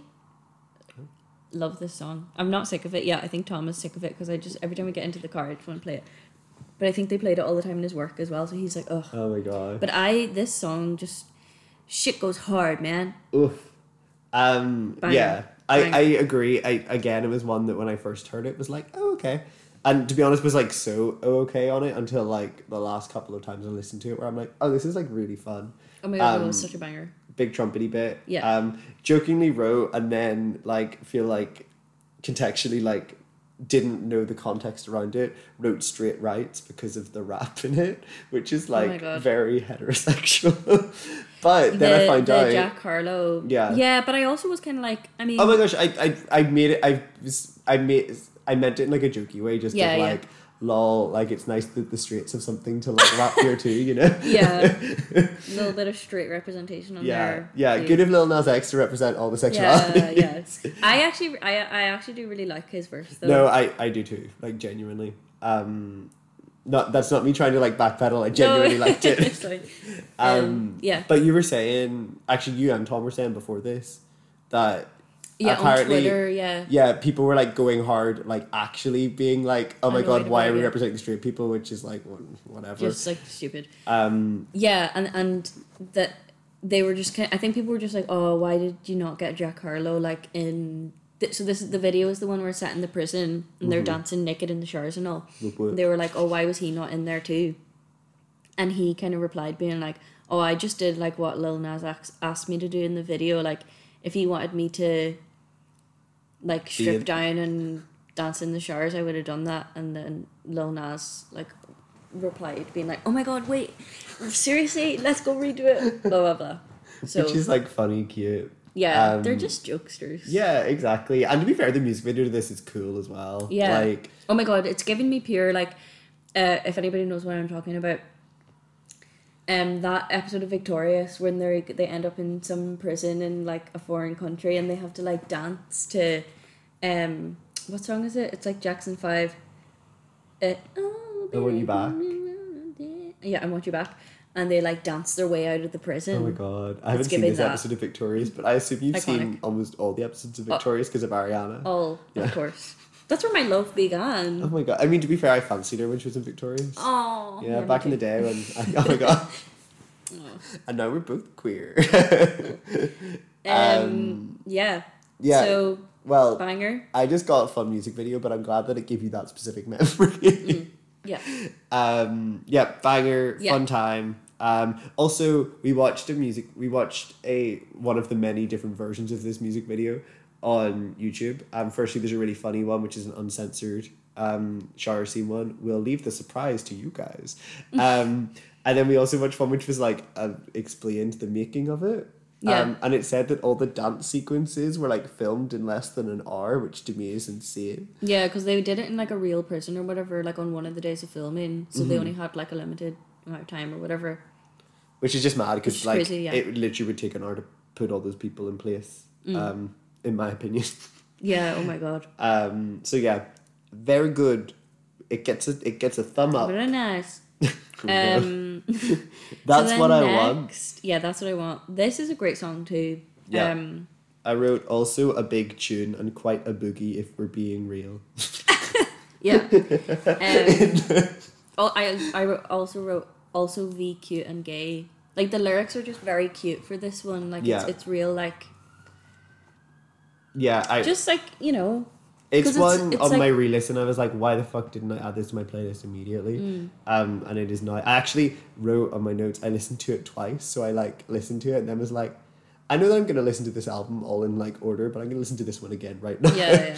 S3: love this song. I'm not sick of it. Yeah, I think Tom is sick of it because I just every time we get into the car, I just want to play it. But I think they played it all the time in his work as well, so he's like, ugh.
S2: Oh my god.
S3: But I this song just shit goes hard, man.
S2: Oof. Um,
S3: Bang.
S2: Yeah, I,
S3: Bang.
S2: I agree. I again, it was one that when I first heard it was like, oh okay, and to be honest, was like so oh, okay on it until like the last couple of times I listened to it, where I'm like, oh, this is like really fun.
S3: Oh my god, it
S2: Um,
S3: was such a banger.
S2: Big trumpety bit.
S3: Yeah.
S2: Um, jokingly wrote and then like feel like contextually like didn't know the context around it. Wrote straight rights because of the rap in it, which is
S3: Oh my
S2: like
S3: God.
S2: very heterosexual. but then I find
S3: the
S2: out
S3: Jack Harlow.
S2: Yeah.
S3: Yeah, but I also was kind of like, I mean,
S2: Oh my gosh, I I, I made it. I was- I made I meant it in like a jokey way, just
S3: Yeah,
S2: of
S3: yeah.
S2: like lol. Like it's nice that the streets have something to like rap here too, you know.
S3: Oh, yeah, a little bit of straight representation on
S2: Yeah,
S3: there.
S2: yeah.
S3: Dude.
S2: Good of Lil Nas X to represent all the sexuality.
S3: Yeah, yes. I actually, I, I actually do really like his verse though.
S2: No, I I do too. Like genuinely. Um, not that's not me trying to like backpedal. I genuinely liked it.
S3: It's like,
S2: Um,
S3: um, yeah.
S2: But you were saying actually, you and Tom were saying before this that
S3: yeah, on
S2: apparently-
S3: Twitter, yeah.
S2: yeah, people were like going hard, like actually being like, "Oh my
S3: Annoyed
S2: god, why
S3: about
S2: are we
S3: it.
S2: representing straight people?" Which is like, wh- whatever.
S3: Just like stupid.
S2: um,
S3: Yeah, and and that they were just kind I think people were just like, "Oh, why did you not get Jack Harlow like in th- so this is the video is the one where it's set in the prison and they're
S2: Mm-hmm.
S3: dancing naked in the showers and all.
S2: Whoop whoop.
S3: They were like, "Oh, why was he not in there too?" And he kind of replied being like, "Oh, I just did like what Lil Nas X asked me to do in the video like if he wanted me to like strip
S2: in-
S3: down and dance in the showers, I would have done that." And then Lil Nas like replied, being like, "Oh my god, wait, seriously, let's go redo it." Blah blah blah. So
S2: which is like funny, cute.
S3: yeah,
S2: um,
S3: they're just jokesters.
S2: Yeah, exactly. And to be fair, the music video to this is cool as well.
S3: Yeah.
S2: Like,
S3: Oh my god, it's giving me pure like, uh, if anybody knows what I'm talking about. Um, that episode of Victorious when they they end up in some prison in like a foreign country and they have to like dance to, um, what song is it? It's like Jackson Five. Uh, oh,
S2: I Want You Back.
S3: Yeah, I want you back, and they like dance their way out of the prison.
S2: oh my god, I haven't seen
S3: giving
S2: this
S3: that.
S2: episode of Victorious, but I assume you've seen
S3: Iconic. Oh.
S2: almost all the episodes of Victorious because of Ariana. Oh.
S3: All
S2: Yeah.
S3: of course. That's where my love began.
S2: Oh my god! I mean, to be fair, I fancied her when she was in Victorious.
S3: Oh.
S2: yeah, back in the day when I, oh my god, and now we're both queer.
S3: Um, yeah.
S2: yeah.
S3: So
S2: well,
S3: banger.
S2: I just got a fun music video, but I'm glad that it gave you that specific memory.
S3: Mm. Yeah.
S2: um, yeah, banger,
S3: Yeah.
S2: fun time. Um, also, we watched a music. We watched a one of the many different versions of this music video on YouTube. Um, firstly, there's a really funny one, which is an uncensored um, shower scene one, we'll leave the surprise to you guys. Um, and then we also watched one which was like uh, explained the making of it.
S3: Yeah.
S2: Um, and it said that all the dance sequences were like filmed in less than an hour, which to me is insane.
S3: Yeah, because they did it in like a real prison or whatever, like on one of the days of filming. So
S2: Mm-hmm.
S3: they only had like a limited amount of time or whatever.
S2: Which is just mad
S3: Which
S2: because
S3: is
S2: like
S3: crazy, yeah.
S2: it literally would take an hour to put all those people in place.
S3: Mm.
S2: Um, in my opinion.
S3: Yeah. Oh my god.
S2: Um, so yeah, very good. It gets a it gets a thumb up.
S3: Very nice.
S2: No.
S3: Um, so
S2: That's
S3: then
S2: what I want.
S3: next, Yeah, that's what I want. This is a great song too.
S2: Yeah.
S3: Um,
S2: I wrote also a big tune and quite a boogie if we're being real.
S3: yeah. Um, al- I I wrote- also wrote also v cute and gay. Like the lyrics are just very cute for this one. Like
S2: Yeah.
S3: it's it's real like
S2: Yeah, I
S3: just like you know
S2: it's
S3: 'cause it's-
S2: one
S3: it's
S2: on
S3: like-
S2: my re-list and I was like, why the fuck didn't I add this to my playlist immediately?
S3: Mm.
S2: Um, and it is not. I actually wrote on my notes. I listened to it twice, so I like listened to it and then was like, I know that I'm gonna listen to this album all in like order, but I'm gonna listen to this one again right now.
S3: yeah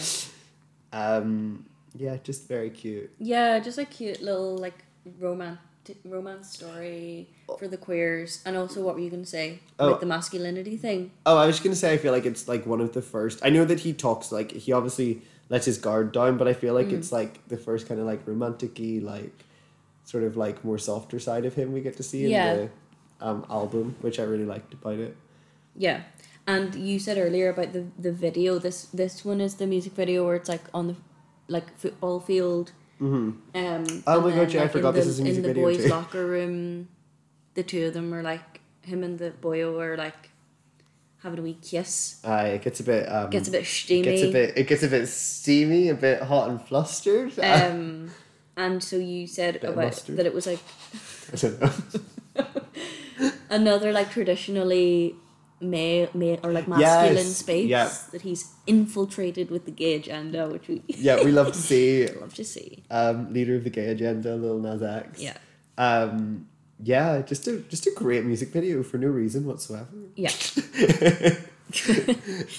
S3: yeah.
S2: um, yeah, just very cute.
S3: Yeah, just a cute little like romance romance story for the queers, and also what were you gonna say
S2: Oh.
S3: with the masculinity thing?
S2: Oh, I was just gonna say, I feel like it's like one of the first. I know that he talks like he obviously lets his guard down, but I feel like
S3: Mm.
S2: it's like the first kind of like romantic-y, like sort of like more softer side of him we get to see in
S3: Yeah.
S2: the um, album, which I really liked about it.
S3: Yeah, and you said earlier about the the video. This this one is the music video where it's like on the like football field. Mm-hmm. Um.
S2: Oh
S3: and
S2: my God,
S3: then,
S2: yeah, I
S3: like, in
S2: forgot this
S3: the-
S2: is a music
S3: in the
S2: video
S3: boys'
S2: too.
S3: locker room. The two of them are like him and the boyo are like having a wee kiss.
S2: Uh, it gets a bit um,
S3: Gets a bit steamy.
S2: gets a bit it gets a bit steamy, a bit hot and flustered.
S3: Um. And so you said
S2: of
S3: about
S2: mustard.
S3: that it was like
S2: I don't know.
S3: another like traditionally male, male or like masculine
S2: Yes,
S3: space
S2: yeah.
S3: that he's infiltrated with the gay agenda, which we
S2: yeah, we love to see
S3: love to see.
S2: um, leader of the gay agenda, Lil Nas X.
S3: Yeah,
S2: Um, yeah, just a just a great music video for no reason whatsoever.
S3: yeah.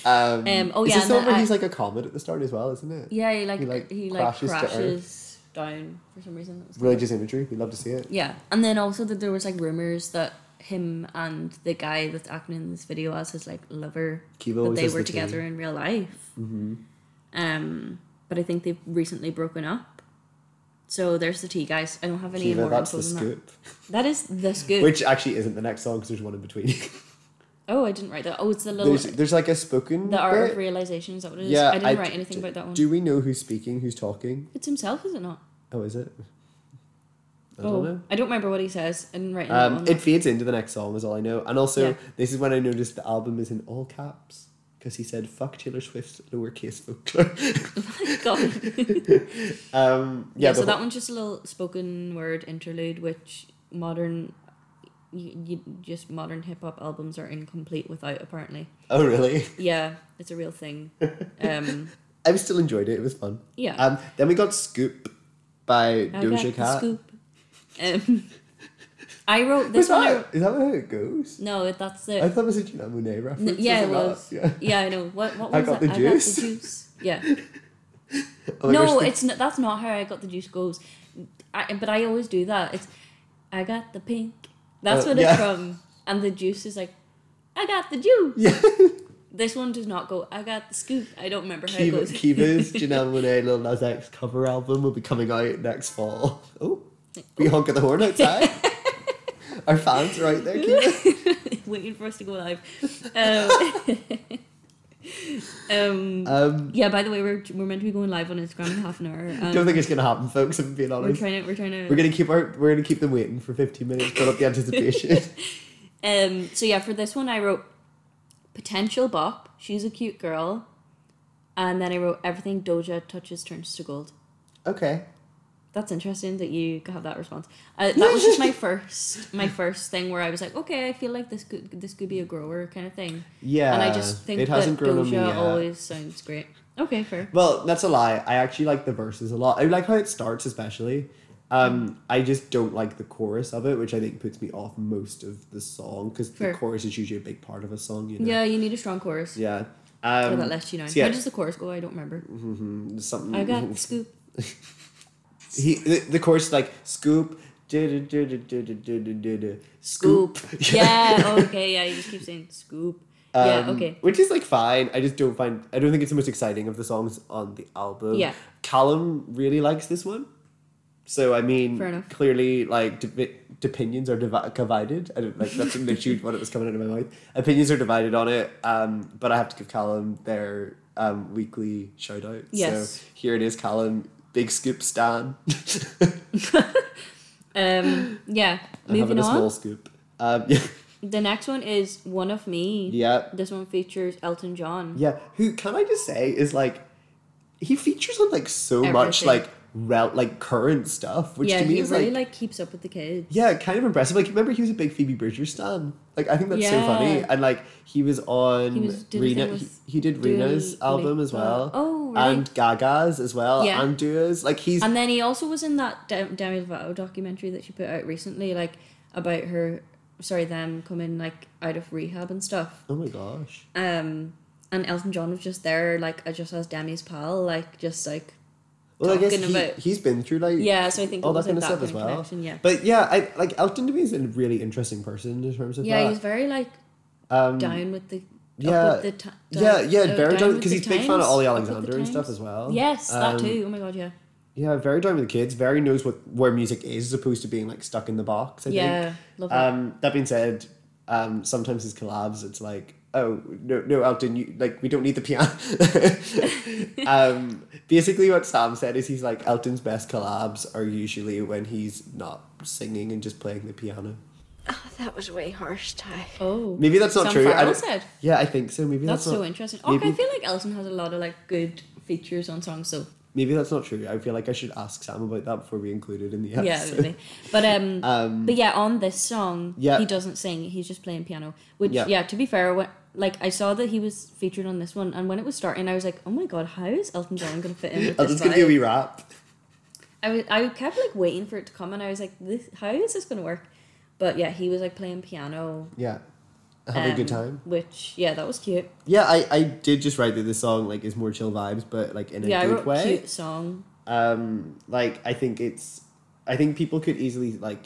S2: Um,
S3: Um, oh
S2: is
S3: yeah,
S2: this
S3: and
S2: the
S3: then
S2: one where
S3: I-
S2: he's like a comet at the start as well, isn't it?
S3: Yeah, he like
S2: He,
S3: he
S2: like,
S3: like,
S2: crashes
S3: crashes,
S2: to Earth.
S3: down for some reason. That was kinda-
S2: Religious imagery, we love to see it.
S3: Yeah, and then also that there was like rumors that him and the guy that's acting in this video as his like lover
S2: Kibo
S3: that
S2: was
S3: they
S2: just
S3: were
S2: the king.
S3: together in real life. Mm-hmm. Um, but I think they've recently broken up. So there's the tea, guys. I don't have any
S2: Kiva,
S3: more
S2: that's
S3: info
S2: the
S3: than that.
S2: scoop.
S3: That is the scoop.
S2: Which actually isn't the next song because there's one in between.
S3: oh, I didn't write that. Oh, it's the little
S2: there's there's like a spoken.
S3: the art of
S2: bit.
S3: realization. Is that what it is?
S2: Yeah,
S3: I didn't
S2: I-
S3: write anything about that one.
S2: Do we know who's speaking, who's talking?
S3: it's himself, is it not?
S2: Oh, is it? I
S3: oh,
S2: don't know.
S3: I don't remember what he says. I didn't write anything on
S2: Um,
S3: that.
S2: it fades into the next song, is all I know. And also,
S3: Yeah.
S2: this is when I noticed the album is in all caps because he said "fuck Taylor Swift" lowercase folklore.
S3: God. yeah,
S2: um, yeah,
S3: so
S2: the
S3: that
S2: whole-
S3: one's just a little spoken word interlude, which modern, you, you, just modern hip hop albums are incomplete without. Apparently,
S2: Oh, really?
S3: yeah, it's a real thing. Um,
S2: I still enjoyed it. It was fun.
S3: yeah,
S2: Um, then we got "Scoop" by
S3: I got the
S2: Doja Cat.
S3: Scoop. Um, I wrote
S2: Is
S3: this one. I
S2: that, is that how it goes?
S3: No, that's the.
S2: I thought it was a Janelle Monae reference.
S3: N- yeah, it
S2: not?
S3: was.
S2: Yeah.
S3: Yeah, I know. What what was
S2: I got
S3: that?
S2: the juice.
S3: I got the juice. Yeah.
S2: Oh my
S3: no,
S2: gosh,
S3: it's not, that's not how I got the juice goes. I, but I always do that. It's I got the pink. That's
S2: Oh,
S3: what
S2: yeah.
S3: it's from. And the juice is like I got the juice.
S2: Yeah.
S3: This one does not go. I got the scoop. I don't remember how it
S2: Kiva,
S3: goes.
S2: Kiva's Janelle Monae Lil Nas X cover album will be coming out next fall. Oh, we honk at the horn outside. Our fans are out there, Kiva.
S3: Waiting for us to go live. Um, um,
S2: Um,
S3: yeah. By the way, we're, we're meant to be going live on Instagram in half an hour. Um,
S2: don't think it's gonna happen, folks. If I'm being
S3: we're
S2: honest,
S3: trying to. We're trying to.
S2: we're gonna keep our we're gonna keep them waiting for 15 minutes, build up the anticipation.
S3: Um, so yeah, for this one I wrote potential bop. She's a cute girl, and then I wrote everything Doja touches turns to gold.
S2: okay.
S3: That's interesting that you have that response. Uh, that was just my first, my first thing where I was like, okay, I feel like this could this could be a grower kind of thing,
S2: Yeah.
S3: and I just think
S2: it
S3: that
S2: hasn't grown on me
S3: Doja
S2: yet.
S3: always sounds great. Okay, fair.
S2: Well, that's a lie. I actually like the verses a lot. I like how it starts, especially. Um, I just don't like the chorus of it, which I think puts me off most of the song because the
S3: Fair.
S2: chorus is usually a big part of a song. You know.
S3: Yeah, you need a strong chorus.
S2: Yeah.
S3: Or
S2: Um,
S3: that left you down.
S2: so yeah.
S3: How does the chorus go? I don't remember.
S2: something.
S3: I got the scoop.
S2: he the, the chorus is like scoop du-du-du-du-du-du-du-du-du,
S5: Scoop.
S3: Yeah, oh, okay, yeah, you just keep saying scoop. yeah,
S2: Um,
S3: okay.
S2: Which is like fine. I just don't find I don't think it's the most exciting of the songs on the album.
S3: Yeah.
S2: Callum really likes this one. So I mean
S3: Fair enough.
S2: clearly like d- opinions are divi- divided. I don't like that's literally what it was coming out of my mouth. Opinions are divided on it. Um, but I have to give Callum their um, weekly shout out.
S3: Yes.
S2: So here it is Callum Big scoop Stan.
S3: Um, yeah,
S2: I'm having
S3: moving
S2: a small
S3: on.
S2: scoop. Um, yeah,
S3: The next one is One of Me.
S2: yeah.
S3: This one features Elton John.
S2: Yeah, who can I just say is like he features on like so much
S3: Everything.
S2: like rel- like current stuff, which
S3: yeah,
S2: to me
S3: he
S2: is
S3: really
S2: like,
S3: like keeps up with the kids.
S2: yeah, kind of impressive. Like remember he was a big Phoebe Bridgers stan. Like I think that's so
S3: Yeah.
S2: funny, and like he was on
S3: He was- did a
S2: Rena.
S3: thing
S2: He,
S3: with
S2: he did
S3: Dua
S2: Rena's
S3: Lipa.
S2: album as well.
S3: Oh, really?
S2: And Gaga's as well,
S3: Yeah.
S2: and Dua's. Like he's
S3: And then he also was in that Dem- Demi Lovato documentary that she put out recently, like about her, sorry, them coming like out of rehab and stuff.
S2: oh my gosh.
S3: Um, and Elton John was just there, like uh, just as Demi's pal, like just like
S2: Well, I guess
S3: Talking
S2: he,
S3: about-
S2: he's been through like
S3: yeah. So I think
S2: all
S3: it
S2: that
S3: was
S2: kind
S3: like
S2: of stuff as
S3: kind of
S2: well.
S3: connection, yeah.
S2: But yeah, I like Elton to me is a really interesting person in terms of
S3: yeah,
S2: that.
S3: he's very like
S2: um,
S3: down with the
S2: yeah.
S3: up with the ti-
S2: Yeah,
S3: down-
S2: yeah,
S3: uh,
S2: very
S3: down
S2: down
S3: with
S2: because
S3: the
S2: he's a big fan of
S3: times,
S2: Ollie
S3: up with the
S2: Alexander and stuff
S3: times.
S2: as well.
S3: Yes, that
S2: Um,
S3: too. Oh my god, yeah.
S2: Yeah, very down with the kids. Very knows what where music is, as opposed to being like stuck in the box. I
S3: Yeah, love
S2: think.
S3: that.
S2: Um, that being said, um, sometimes his collabs, it's like, oh no, no, Elton, you like we don't need the piano. um, basically, what Sam said is he's like Elton's best collabs are usually when he's not singing and just playing the piano.
S4: Oh, That was way harsh, Ty.
S3: oh,
S2: Maybe that's not
S3: Sam
S2: true. I
S3: Farrell
S2: don't-
S3: said.
S2: Yeah, I think so. Maybe
S3: That's
S2: that's,
S3: so
S2: not-
S3: interesting.
S2: maybe-
S3: Okay, I feel like Elton has a lot of like good features on songs, so
S2: Maybe that's not true. I feel like I should ask Sam about that before we include it in the
S3: yeah, it
S2: episode.
S3: would be. But um,
S2: Um,
S3: but yeah, on this song,
S2: Yeah.
S3: he doesn't sing; he's just playing piano. Which
S2: Yeah.
S3: yeah, to be fair, when, like I saw that he was featured on this one, and when it was starting, I was like, oh my god, how is Elton John gonna fit in with
S2: Oh,
S3: this?
S2: this is gonna be a
S3: vibe?
S2: wee rap.
S3: I was I kept like waiting for it to come, and I was like, this how is this gonna work? But yeah, he was like playing piano.
S2: Yeah. Having a good
S3: um,
S2: time.
S3: Which yeah, that was cute.
S2: Yeah, I, I did just write that this song like is more chill vibes, but like in a
S3: yeah, I
S2: good
S3: wrote
S2: way.
S3: cute song.
S2: Um, like I think it's, I think people could easily like,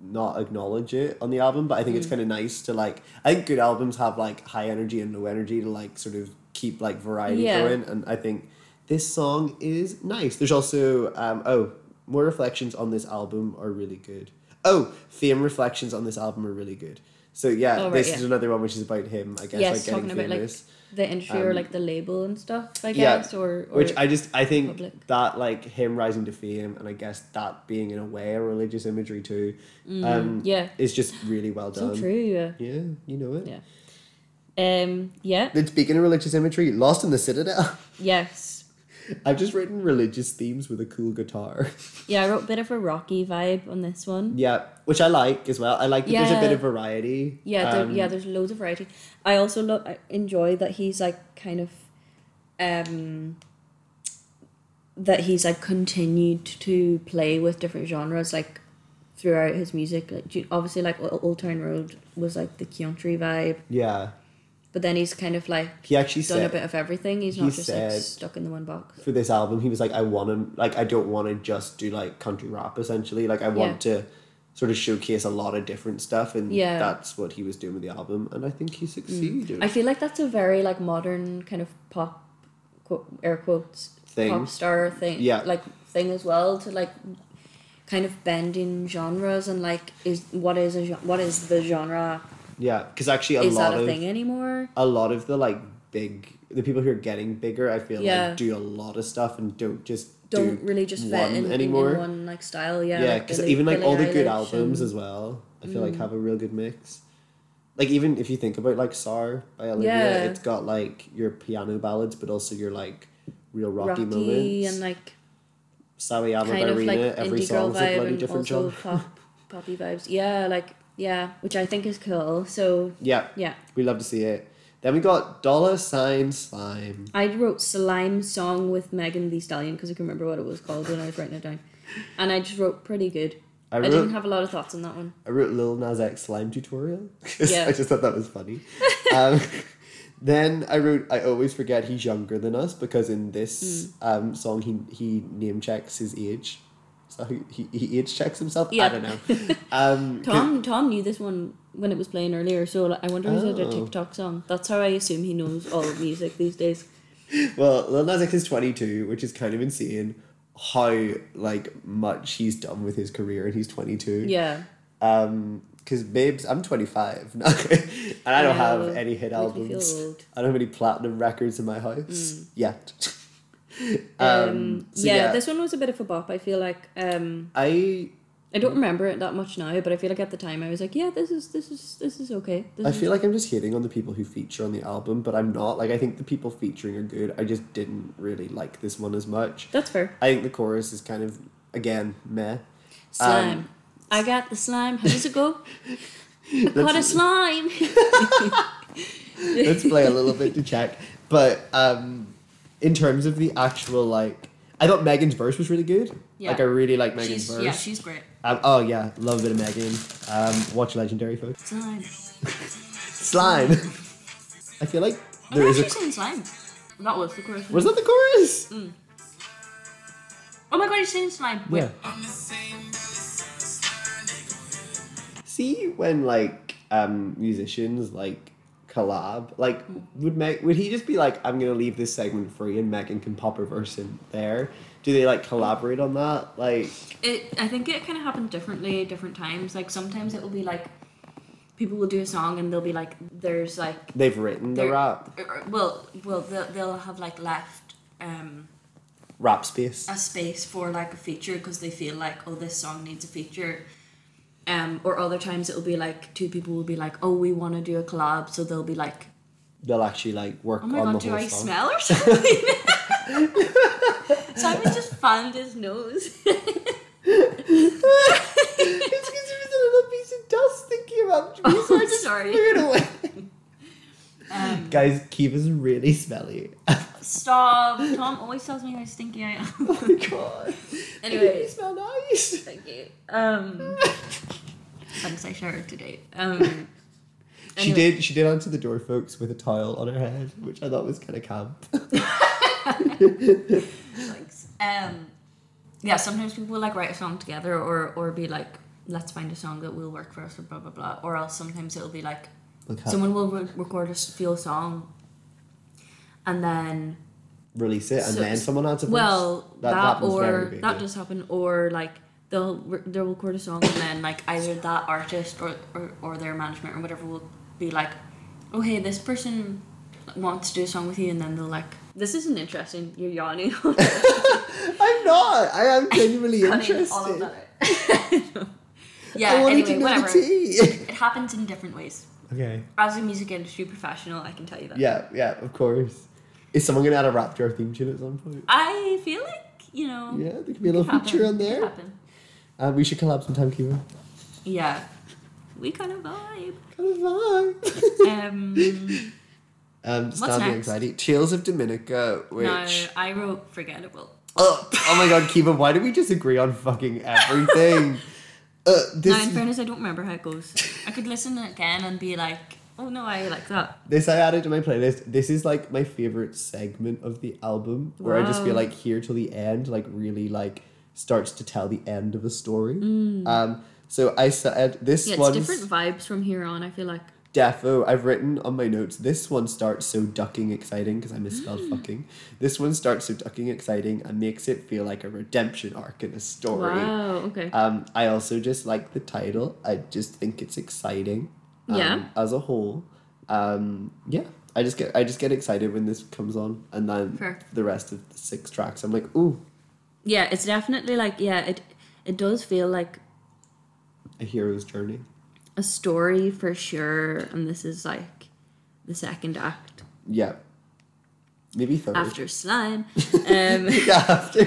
S2: not acknowledge it on the album, but I
S3: Mm.
S2: think it's kind of nice to like. I think good albums have like high energy and low energy to like sort of keep like variety
S3: Yeah.
S2: going, and I think this song is nice. There's also um oh more reflections on this album are really good. Oh, fame reflections on this album are really good. So yeah,
S3: Oh, right,
S2: this
S3: yeah.
S2: is another one which is about him, I guess,
S3: yes,
S2: like getting
S3: talking about
S2: famous.
S3: like the industry or
S2: Um,
S3: like the label and stuff. I
S2: yeah,
S3: guess or, or
S2: Which I just I think
S3: public.
S2: that like him rising to fame and I guess that being in a way a religious imagery too, um,
S3: yeah.
S2: is just really well done.
S3: So Mm. true. Yeah.
S2: Yeah, you know it.
S3: Yeah. Um. Yeah.
S2: Then speaking of religious imagery, Lost in the Citadel.
S3: Yes.
S2: I've just written religious themes with a cool guitar.
S3: Yeah. I wrote a bit of a rocky vibe on this one.
S2: yeah, which I like as well. I like that there's a bit
S3: Yeah.
S2: of variety.
S3: Yeah. There,
S2: Um,
S3: yeah. There's loads of variety. I also lo- I enjoy that he's like kind of, um. That he's like continued to play with different genres like throughout his music. Like do- obviously, like Ol- Old Town Road was like the country vibe,
S2: yeah.
S3: but then he's kind of like
S2: He actually
S3: done
S2: said
S3: a bit of everything. He's
S2: he
S3: not just like
S2: said-
S3: stuck in the one box.
S2: for this album, he was like, I want to, like, I don't want to just do like country rap essentially. Like, I want to sort of showcase a lot of different stuff, and
S3: Yeah. Mm.
S2: that's what he was doing with the album, and I think he succeeded.
S3: I feel like that's a very like modern kind of pop, quote, air quotes,
S2: Thing.
S3: pop star thing.
S2: Yeah.
S3: like thing as well to like kind of bend in genres and like is what is a gen- what is the genre?
S2: yeah, because actually, a
S3: is
S2: lot
S3: that a
S2: of
S3: thing anymore?
S2: a lot of the like big the people who are getting bigger, I feel
S3: Yeah.
S2: like do a lot of stuff and don't just
S3: Don't
S2: do
S3: really just fit
S2: one
S3: in, in-
S2: anymore.
S3: in one like style. Yeah,
S2: yeah, because
S3: Billie-
S2: even like
S3: Billie
S2: all the good
S3: Eilish
S2: albums
S3: and-
S2: as well, I feel like
S3: Mm.
S2: have a real good mix. Like even if you think about like "Sar" by Olivia,
S3: Yeah.
S2: it's got like your piano ballads, but also your like real rocky,
S3: Rocky
S2: moments.
S3: and like
S2: Sawayama by
S3: kind of like
S2: Rina, every
S3: indie girl
S2: song's a
S3: vibe
S2: bloody
S3: and
S2: different
S3: also
S2: genre.
S3: pop poppy vibes. Yeah, like yeah, which I think is cool. So
S2: Yeah,
S3: yeah.
S2: we love to see it. Then we got Dollar Sign Slime.
S3: I wrote Slime Song with Megan the Stallion because I can remember what it was called when I was writing it down. And I just wrote pretty good.
S2: I
S3: I,
S2: wrote, I,
S3: didn't have a lot of thoughts on that one.
S2: wrote Lil Nas X Slime Tutorial. 'Cause
S3: Yeah.
S2: I just thought that was funny. um, Then I wrote, I always forget he's younger than us because in this um, song he he name checks his age. So he, he, he age checks himself? I
S6: Yeah.
S2: don't know. Um,
S6: Tom Tom knew this one when it was playing earlier, so like, I wonder if it a
S2: Oh.
S6: TikTok song. That's how I assume he knows all of music these days.
S2: Well, Lil Nas X is 22, which is kind of insane how like much he's done with his career and he's 22.
S6: Yeah.
S2: Um, because babes, I'm 25 now, and I
S6: Yeah,
S2: don't have
S6: well,
S2: any hit
S6: make me feel
S2: albums.
S6: old. Mm.
S2: I don't have any platinum records in my house yet.
S6: Um,
S2: so
S6: yeah,
S2: yeah.
S6: this one was a bit of a bop. I feel like um,
S2: I
S6: I don't remember it that much now, but I feel like at the time I was like, yeah, this is this is this is okay. This
S2: I
S6: is
S2: feel like I'm just hating on the people who feature on the album, but I'm not. Like I think the people featuring are good. I just didn't really like this one as much.
S6: that's fair.
S2: I think the chorus is kind of again meh.
S6: Slime.
S2: Um,
S6: I got the slime. How does it go? I got a
S2: That's-
S6: slime.
S2: let's play a little bit to check. But um, in terms of the actual like, I thought Megan's verse was really good.
S3: Yeah.
S2: Like I really like Megan's
S3: She's,
S2: verse.
S3: yeah, she's great.
S2: um, oh yeah, love a bit of Megan. Um, watch Legendary folks.
S3: Slime.
S2: Slime. I feel like there
S3: I'm
S2: is
S3: actually
S2: a.
S3: saying slime. That was the chorus.
S2: Was that the chorus?
S3: Oh my god, you're saying slime. Wait.
S2: Yeah. See when like um musicians like collab, like would Meg would he just be like, I'm gonna leave this segment free and Megan can pop her verse in there? Do they like collaborate on that? Like
S3: It, I think it kind of happened differently at different times. Like sometimes it will be like people will do a song and they'll be like, there's like
S2: they've written the
S3: They're-
S2: rap
S3: er, er, well, well, they'll, they'll have like left um,
S2: rap space.
S3: a space for like a feature because they feel like oh this song needs a feature. Um, or other times it'll be like two people will be like oh we want to do a collab so they'll be like
S2: They'll actually like work
S3: oh my god
S2: on the
S3: do
S2: whole
S3: I
S2: song.
S3: smell or something. Simon just fanned his nose.
S2: it's because there was a little piece of dust thinking about
S3: Oh,
S2: music.
S3: sorry.
S2: Threw it away.
S3: Um,
S2: Guys, Kiva's really smelly. oh
S3: Stop. Tom always tells me how stinky I am.
S2: my god.
S3: Anyway.
S2: you smell nice.
S3: Thank you. Um, thanks, I showered today. Um,
S2: She did. She did answer the door, folks, with a towel on her head, which I thought was kind of camp.
S3: thanks. Um, yeah, sometimes people will like write a song together or, or be like, let's find a song that will work for us or blah, blah, blah. Or else sometimes it'll be like,
S2: Okay.
S3: someone will re- record a s- feel song and then
S2: Release it, and
S3: So-
S2: then someone answered.
S3: Well, that,
S2: that happens very
S3: or
S2: vaguely.
S3: that does happen, or like they'll re- they'll record a song and then like either that artist or, or or their management or whatever will be like, oh hey, this person wants to do a song with you, and then they'll like
S6: This isn't interesting. You're yawning. all
S2: I'm not. I am genuinely
S3: cut in all of
S2: interested.
S3: that. out. yeah.
S2: I wanted
S3: anyway,
S2: to know
S3: whatever.
S2: the tea.
S3: It happens in different ways.
S2: okay.
S3: As a music industry professional, I can tell you that.
S2: Yeah. Yeah. Of course. Is someone gonna add a rap to our theme tune at some point?
S3: I feel like you know.
S2: Yeah, there could be a
S3: it
S2: little
S3: Um, could happen,
S2: feature on
S3: it could
S2: there.
S3: happen.
S2: Uh, we should collab sometime, Kiva.
S3: Yeah. We kind of vibe.
S2: Kind of vibe.
S3: Um.
S2: Um,
S3: What's
S2: Stab the
S3: next?
S2: Anxiety. Tales of Dominica, which.
S3: No, I wrote forgettable.
S2: Oh, oh my god, Kiva, why do we just agree on fucking everything? uh,
S3: No, in
S2: this,
S3: fairness, I don't remember how it goes. I could listen again and be like, oh no, I like that.
S2: this I added to my playlist. This is like my favorite segment of the album where I just feel
S3: Wow.
S2: like here till the end, like really like starts to tell the end of a story.
S3: Mm.
S2: Um, so I said this
S6: Yeah, it's
S2: one's
S6: different vibes from here on. I feel like
S2: Defo, I've written on my notes. This one starts so ducking exciting because I misspelled fucking. This one starts so ducking exciting and makes it feel like a redemption arc in a story.
S6: wow. Okay.
S2: Um, I also just like the title. I just think it's exciting. Um,
S6: Yeah.
S2: As a whole, um, yeah. I just get I just get excited when this comes on, and then
S3: Fair.
S2: the rest of the six tracks, I'm like, ooh,
S6: yeah, it's definitely like yeah, it it does feel like
S2: a hero's journey.
S6: a story for sure, and this is like the second act
S2: Yeah. Maybe third.
S6: after slime. Um,
S2: yeah, after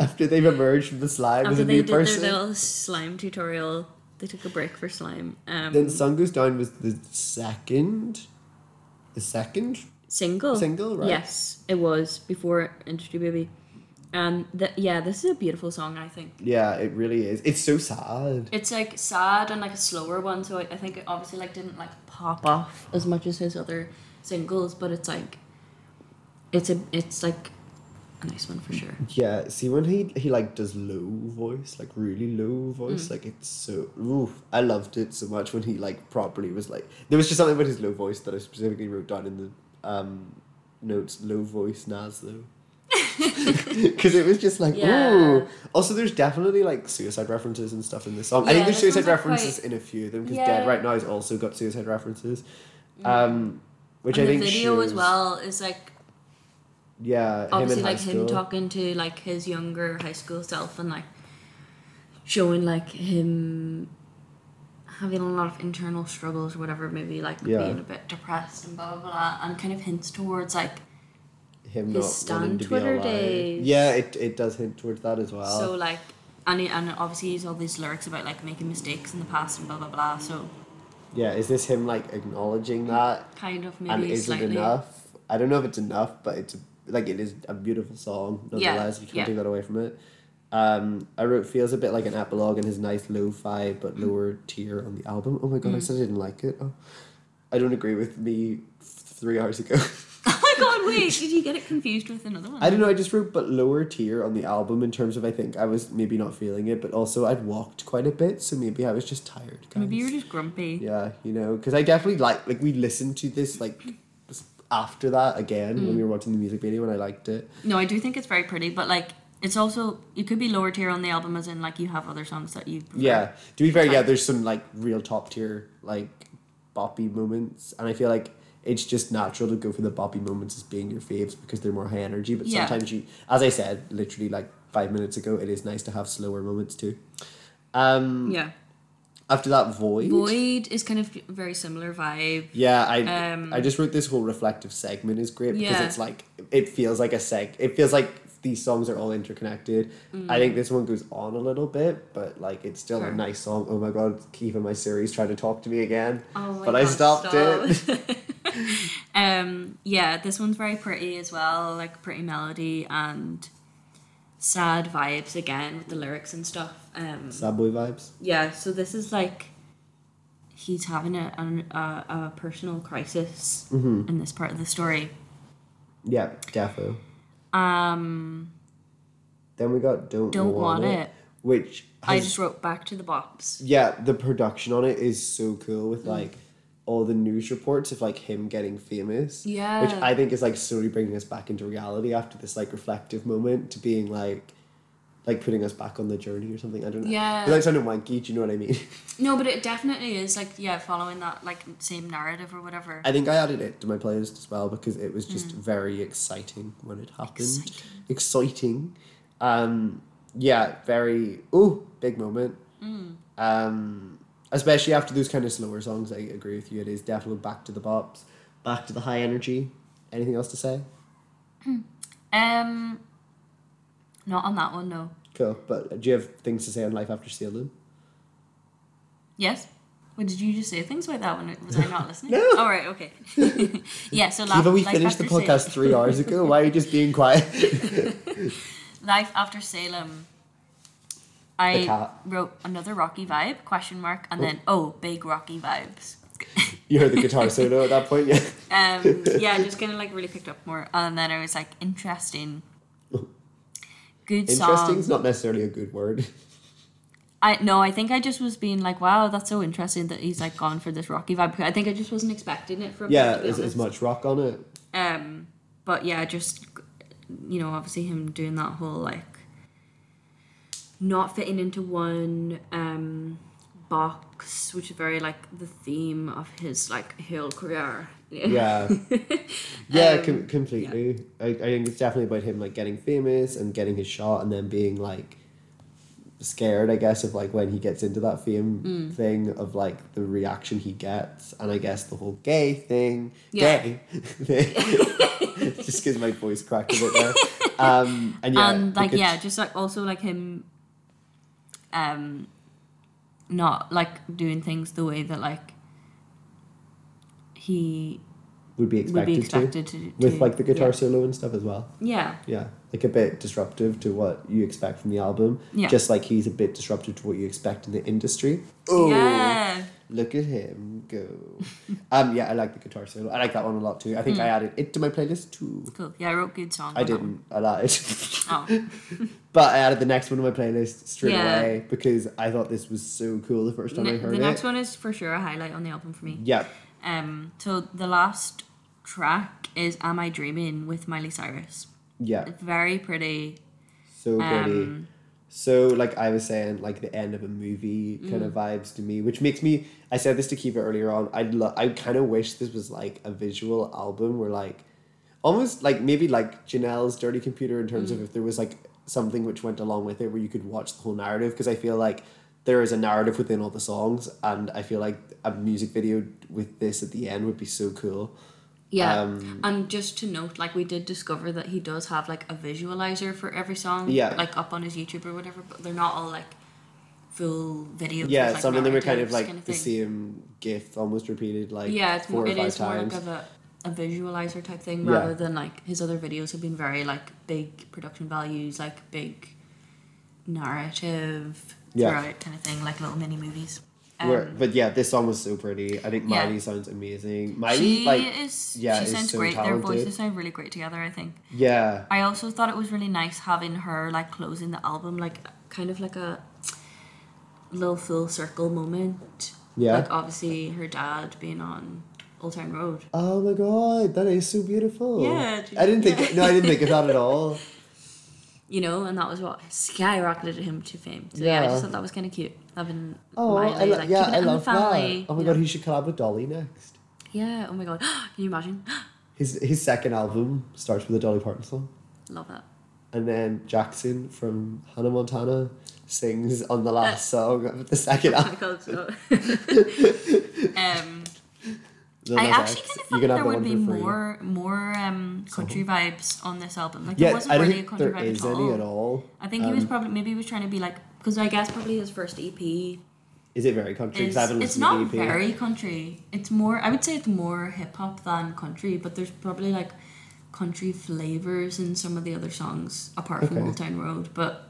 S2: after they've emerged from the slime as
S6: after
S2: a
S6: they
S2: new
S6: did
S2: person.
S6: their little slime tutorial, they took a break for slime. Um,
S2: Then Sun Goes Down was the second, the second.
S6: single.
S2: Single, right.
S6: Yes, it was before Industry Baby. Um, th- yeah, this is a beautiful song. I think
S2: Yeah, it really is. It's so sad.
S3: It's like sad and like a slower one, so I, I think it obviously like didn't like pop off as much as his other singles, but it's like it's a it's like a nice one for sure.
S2: Yeah, see when he he like does low voice, like really low voice,
S3: Mm.
S2: like it's so oof, I loved it so much when he like properly was like there was just something about his low voice that I specifically wrote down in the um notes low voice Nas though. Cause it was just like
S3: Yeah.
S2: ooh. Also there's definitely like suicide references and stuff in this song.
S3: Yeah,
S2: I think there's
S3: this one's,
S2: suicide
S3: like,
S2: references
S3: quite-
S2: in a few of them because
S3: Yeah.
S2: Dead Right Now has also got suicide references. Um which
S3: and
S2: I think
S3: the video as
S2: shows-
S3: well is like
S2: Yeah, him
S3: obviously
S2: in high
S3: like him
S2: school.
S3: talking to like his younger high school self and like showing like him having a lot of internal struggles or whatever, maybe like
S2: Yeah.
S3: being a bit depressed and blah blah blah and kind of hints towards like
S2: him
S3: His
S2: not
S3: Stan
S2: wanting to
S3: Twitter
S2: be alive.
S3: days.
S2: Yeah, it, it does hint towards that as well.
S3: So like, and he- and obviously he's all these lyrics about like making mistakes in the past and blah blah blah. So
S2: yeah, is this him like acknowledging that
S3: kind of
S2: and
S3: maybe
S2: is
S3: slightly.
S2: it enough? I don't know if it's enough, but it's a, like it is a beautiful song.
S3: Yeah,
S2: Nonetheless, you can't
S3: yeah.
S2: take that away from it. Um, I wrote feels a bit like an epilogue in his nice lo-fi but
S3: Mm.
S2: lower tier on the album. Oh my god, I said I didn't like it. Oh, I don't agree with me f- three hours ago.
S3: Oh my god! Wait, did you get it confused with another one?
S2: I don't know. I just wrote but lower tier on the album in terms of I think I was maybe not feeling it, but also I'd walked quite a bit, so maybe I was just tired. Guys.
S3: Maybe you were just grumpy.
S2: Yeah, you know, because I definitely like like we listened to this like s- after that again when
S3: Mm.
S2: we were watching the music video and I liked it.
S3: No, I do think it's very pretty, but like it's also you could be lower tier on the album, as in like you have other songs that you. Prefer.
S2: Yeah. To be fair, yeah, there's some like real top tier like boppy moments, and I feel like it's just natural to go for the boppy moments as being your faves because they're more high energy. But
S3: Yeah.
S2: sometimes you, as I said, literally like five minutes ago, it is nice to have slower moments too. Um,
S3: Yeah.
S2: after that, void.
S3: Void is kind of very similar vibe.
S2: Yeah, I
S3: Um,
S2: I just wrote this whole reflective segment is great because
S3: Yeah.
S2: it's like it feels like a seg. It feels like these songs are all interconnected. I think this one goes on a little bit, but like it's still
S3: Mm. Sure.
S2: a nice song. Oh my god, Keith and my series tried to talk to me again,
S3: Oh my
S2: but I
S3: God,
S2: stopped it.
S3: stop. um, yeah, this one's very pretty as well, like pretty melody and sad vibes again with the lyrics and stuff. Um,
S2: Sad boy vibes.
S3: yeah, so this is like he's having a an, a, a personal crisis
S2: Mm-hmm.
S3: in this part of the story.
S2: Yeah, defo.
S3: Um,
S2: Then we got don't
S3: Don't
S2: want,
S3: Want
S2: it,
S3: It.
S2: which
S3: I
S2: has-
S3: just wrote back to the bops.
S2: yeah, the production on it is so cool
S3: Mm.
S2: with like all the news reports of like him getting famous. Which
S3: Yeah.
S2: I think is like slowly bringing us back into reality after this like reflective moment to being like like putting us back on the journey or something. I don't know.
S3: Yeah.
S2: It like sounded wanky, do you know what I mean?
S3: No, but it definitely is like yeah, following that like same narrative or whatever.
S2: I think I added it to my playlist as well because it was just
S3: Mm.
S2: very exciting when it happened. Exciting. Um, yeah, very ooh, big moment.
S3: Mm.
S2: Um, especially after those kind of slower songs, I agree with you. It is definitely back to the bops, back to the high energy. Anything else to say?
S3: Um, not on that one, no.
S2: Cool. But do you have things to say on life after Salem?
S3: Yes. What did you just say things like that when was I not listening?
S2: No.
S3: All right. Okay. yeah. So life,
S2: Even we
S3: life
S2: finished the
S3: after
S2: podcast
S3: Salem,
S2: three hours ago. Why are you just being quiet?
S3: life after Salem.
S2: The
S3: I
S2: cat.
S3: wrote another Rocky vibe question mark and then oh big Rocky vibes.
S2: you heard the guitar solo at that point, yeah.
S3: Um, yeah, just kind of like really picked up more, and then I was like interesting.
S2: Oh.
S3: Good
S2: Interesting's
S3: song.
S2: not necessarily a good word.
S3: I no, I think I just was being like, wow, that's so interesting that he's like gone for this Rocky vibe. I think I just wasn't expecting it from. him,
S2: Yeah,
S3: to be
S2: there's as
S3: honest.
S2: much rock on it.
S3: Um, but yeah, just you know, obviously him doing that whole like not fitting into one um box, which is very like the theme of his like whole career.
S2: Yeah. Yeah,
S3: Um,
S2: com- completely. I, I think it's definitely about him like getting famous and getting his shot and then being like scared, I guess, of like when he gets into that fame
S3: Mm.
S2: thing of like the reaction he gets and I guess the whole gay thing.
S3: Yeah.
S2: Gay thing. Just because my voice cracked a bit there. Um, and yeah,
S3: and like
S2: the guit-
S3: yeah just like also like him um not like doing things the way that like he
S2: would be
S3: would
S2: expected,
S3: be expected to, to
S2: with like the guitar
S3: yeah.
S2: solo and stuff as well.
S3: Yeah,
S2: Yeah, like a bit disruptive to what you expect from the album.
S3: Yeah.
S2: Just like he's a bit disruptive to what you expect in the industry.
S3: yeah,
S2: Look at him go. um, yeah, I like the guitar solo. I like that one a lot too. I
S3: Mm.
S2: think I added it to my playlist too.
S3: cool. Yeah, I wrote good songs.
S2: I
S3: on that
S2: didn't. I lied.
S3: one. Oh,
S2: but I added the next one to my playlist straight
S3: Yeah.
S2: away because I thought this was so cool the first time I
S3: Ne-
S2: heard
S3: the
S2: it.
S3: next one is for sure a highlight on the album for me.
S2: Yeah.
S3: Um, so the last track is "Am I Dreaming" with Miley Cyrus.
S2: Yeah.
S3: Very pretty.
S2: So pretty.
S3: Um,
S2: so like I was saying, like the end of a movie kind
S3: Mm.
S2: of vibes to me, which makes me. I said this to Kiva earlier on. I lo- I kind of wish this was like a visual album where like, almost like maybe like Janelle's Dirty Computer in terms
S3: Mm.
S2: of if there was like something which went along with it where you could watch the whole narrative because I feel like there is a narrative within all the songs and I feel like a music video with this at the end would be so cool.
S3: Yeah.
S2: Um,
S3: and just to note, like we did discover that he does have like a visualizer for every song.
S2: Yeah.
S3: Like up on his YouTube or whatever, but they're not all like full videos. with,
S2: Yeah,
S3: like,
S2: some of them are kind of
S3: narratives
S2: like
S3: kinda
S2: the
S3: thing.
S2: same gif almost repeated like
S3: Yeah, it's
S2: four
S3: more
S2: or
S3: it
S2: five
S3: is more
S2: times.
S3: like of a a visualizer type thing
S2: Yeah.
S3: rather than like his other videos have been very like big production values, like big narrative
S2: Yeah.
S3: throughout kind of thing, like little mini movies.
S2: Where, but yeah, this song was so pretty. I think
S3: Um, yeah.
S2: Miley sounds amazing. Miley
S3: she
S2: like
S3: is
S2: yeah,
S3: she
S2: is
S3: sounds
S2: so
S3: great.
S2: talented.
S3: Their voices sound really great together, I think.
S2: yeah,
S3: I also thought it was really nice having her like closing the album, like kind of like a little full circle moment.
S2: Yeah.
S3: Like obviously her dad being on Old Town Road.
S2: Oh my god, that is so beautiful.
S3: Yeah, she-
S2: I didn't think no, I didn't think of that at all.
S3: You know, and that was what skyrocketed him to fame. So yeah, I
S2: Yeah.
S3: just thought that was kind of cute. Having
S2: Oh, I
S3: Miley,
S2: lo-
S3: like,
S2: yeah,
S3: keeping it
S2: I
S3: in the
S2: love
S3: family.
S2: that. Oh my
S3: you
S2: god,
S3: know?
S2: he should collab with Dolly next.
S3: Yeah. Oh my god. Can you imagine?
S2: His his second album starts with a Dolly Parton song,
S3: Love that.
S2: and then Jackson from Hannah Montana sings on the last song of the second
S3: Uh, I
S2: album.
S3: thought so. um,
S2: The
S3: I
S2: last
S3: actually kind of
S2: act. You
S3: thought that
S2: can have
S3: there
S2: the
S3: would
S2: one
S3: be
S2: for free.
S3: more more um, country vibes on this album. Like
S2: Yeah,
S3: there wasn't
S2: I don't
S3: really a
S2: think
S3: country
S2: there
S3: vibe
S2: is
S3: at all.
S2: any at all. Um,
S3: I think he was probably maybe he was trying to be like because I guess probably his first EP is
S2: Is it very country? 'Cause I haven't
S3: it's
S2: listened
S3: not
S2: to the E EP.
S3: very country. It's more I would say it's more hip hop than country, but there's probably like country flavors in some of the other songs apart from
S2: Okay.
S3: Old Town Road. But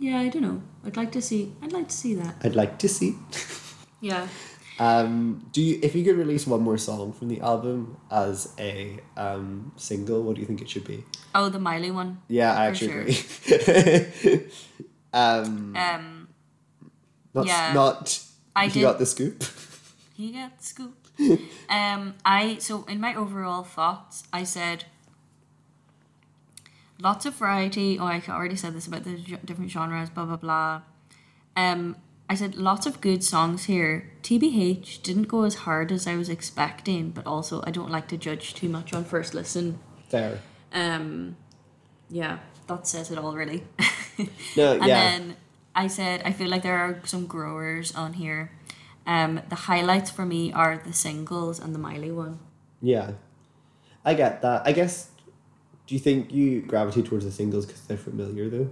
S3: yeah, I don't know. I'd like to see. I'd like to see that.
S2: I'd like to see.
S3: Yeah.
S2: Um, do you, if you could release one more song from the album as a um, single, what do you think it should be?
S3: Oh, the Miley one.
S2: Yeah, I
S3: For
S2: actually agree. um,
S3: Um,
S2: not
S3: yeah.
S2: not.
S3: I
S2: you
S3: did-
S2: got the scoop.
S3: he got the scoop. um, I so in my overall thoughts, I said lots of variety. Oh, I already said this about the ge- different genres. Blah blah blah. Um, I said lots of good songs here. TBH didn't go as hard as I was expecting, but also I don't like to judge too much on first listen.
S2: There.
S3: Um, yeah, that says it all really.
S2: No,
S3: And
S2: yeah.
S3: then I said, I feel like there are some growers on here. Um, the highlights for me are the singles and the Miley one.
S2: Yeah, I get that. I guess. Do you think you gravitate towards the singles because they're familiar though?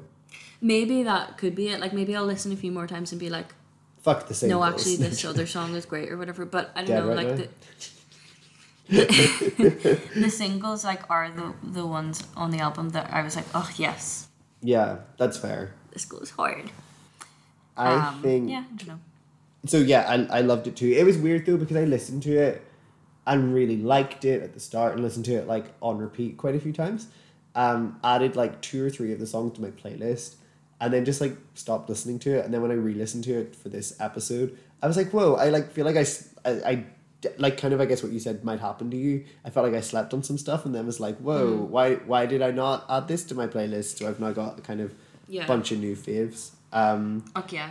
S3: Maybe that could be it. Like maybe I'll listen a few more times and be like,
S2: Fuck the singles.
S3: no, actually, this other song is great or whatever. But I don't
S2: Dead
S3: know, like
S2: right now.
S3: the the singles like are the the ones on the album that I was like, oh yes,
S2: yeah, that's fair.
S3: this goes hard. Um,
S2: I think.
S3: yeah, I don't know.
S2: so yeah, I, I loved it too. It was weird though because I listened to it and really liked it at the start and listened to it like on repeat quite a few times. Um, added like two or three of the songs to my playlist and then just like stopped listening to it. And then when I re listened to it for this episode, I was like, whoa, I like feel like I, s- I, I d- like kind of I guess what you said might happen to you. I felt like I slept on some stuff and then was like, whoa, why why did I not add this to my playlist? So I've now got a kind of
S3: Yeah.
S2: bunch of new faves. Um,
S3: Okay, yeah.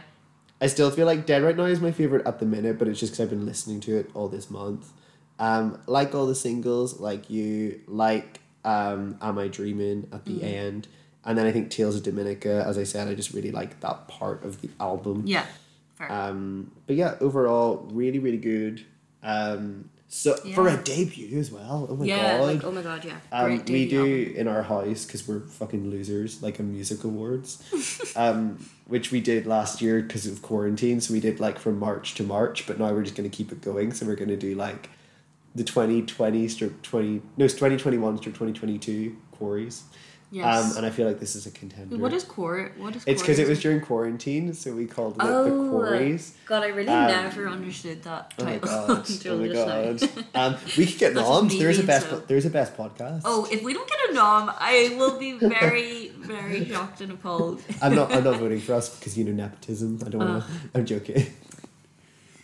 S2: I still feel like Dead Right Now is my favorite at the minute, but it's just because I've been listening to it all this month. Um, like all the singles, like you, like um, Am I Dreaming at
S3: Mm.
S2: the end, and then I think Tales of Dominica. As I said, I just really like that part of the album.
S3: yeah, fair.
S2: Um, but yeah, overall, really, really good. Um, so for a debut as well. Oh my
S3: yeah,
S2: god.
S3: like oh my god, yeah.
S2: Um,
S3: Great
S2: we
S3: debut album.
S2: do in our house because we're fucking losers, like a music awards, um, which we did last year because of quarantine. So we did like from March to March, but now we're just gonna keep it going. So we're gonna do like the 2020 strip 20 no it's 2021 strip 2022 quarries
S3: Yes.
S2: um, and i feel like this is a contender
S3: What is quarry? What is
S2: it's because it
S3: quarries?
S2: was during quarantine so we called it
S3: Oh,
S2: the quarries
S3: God, I really
S2: um,
S3: never understood that
S2: Oh my
S3: title.
S2: god!
S3: until
S2: Oh my
S3: just now.
S2: god! Um, we could get
S3: That's
S2: noms.
S3: me
S2: There's a
S3: being
S2: best.
S3: so-
S2: There's a best podcast.
S3: Oh, if we don't get a nom, I will be very, very shocked and appalled.
S2: I'm not. I'm not voting for us because you know nepotism. I don't want
S3: Ah.
S2: to. I'm joking.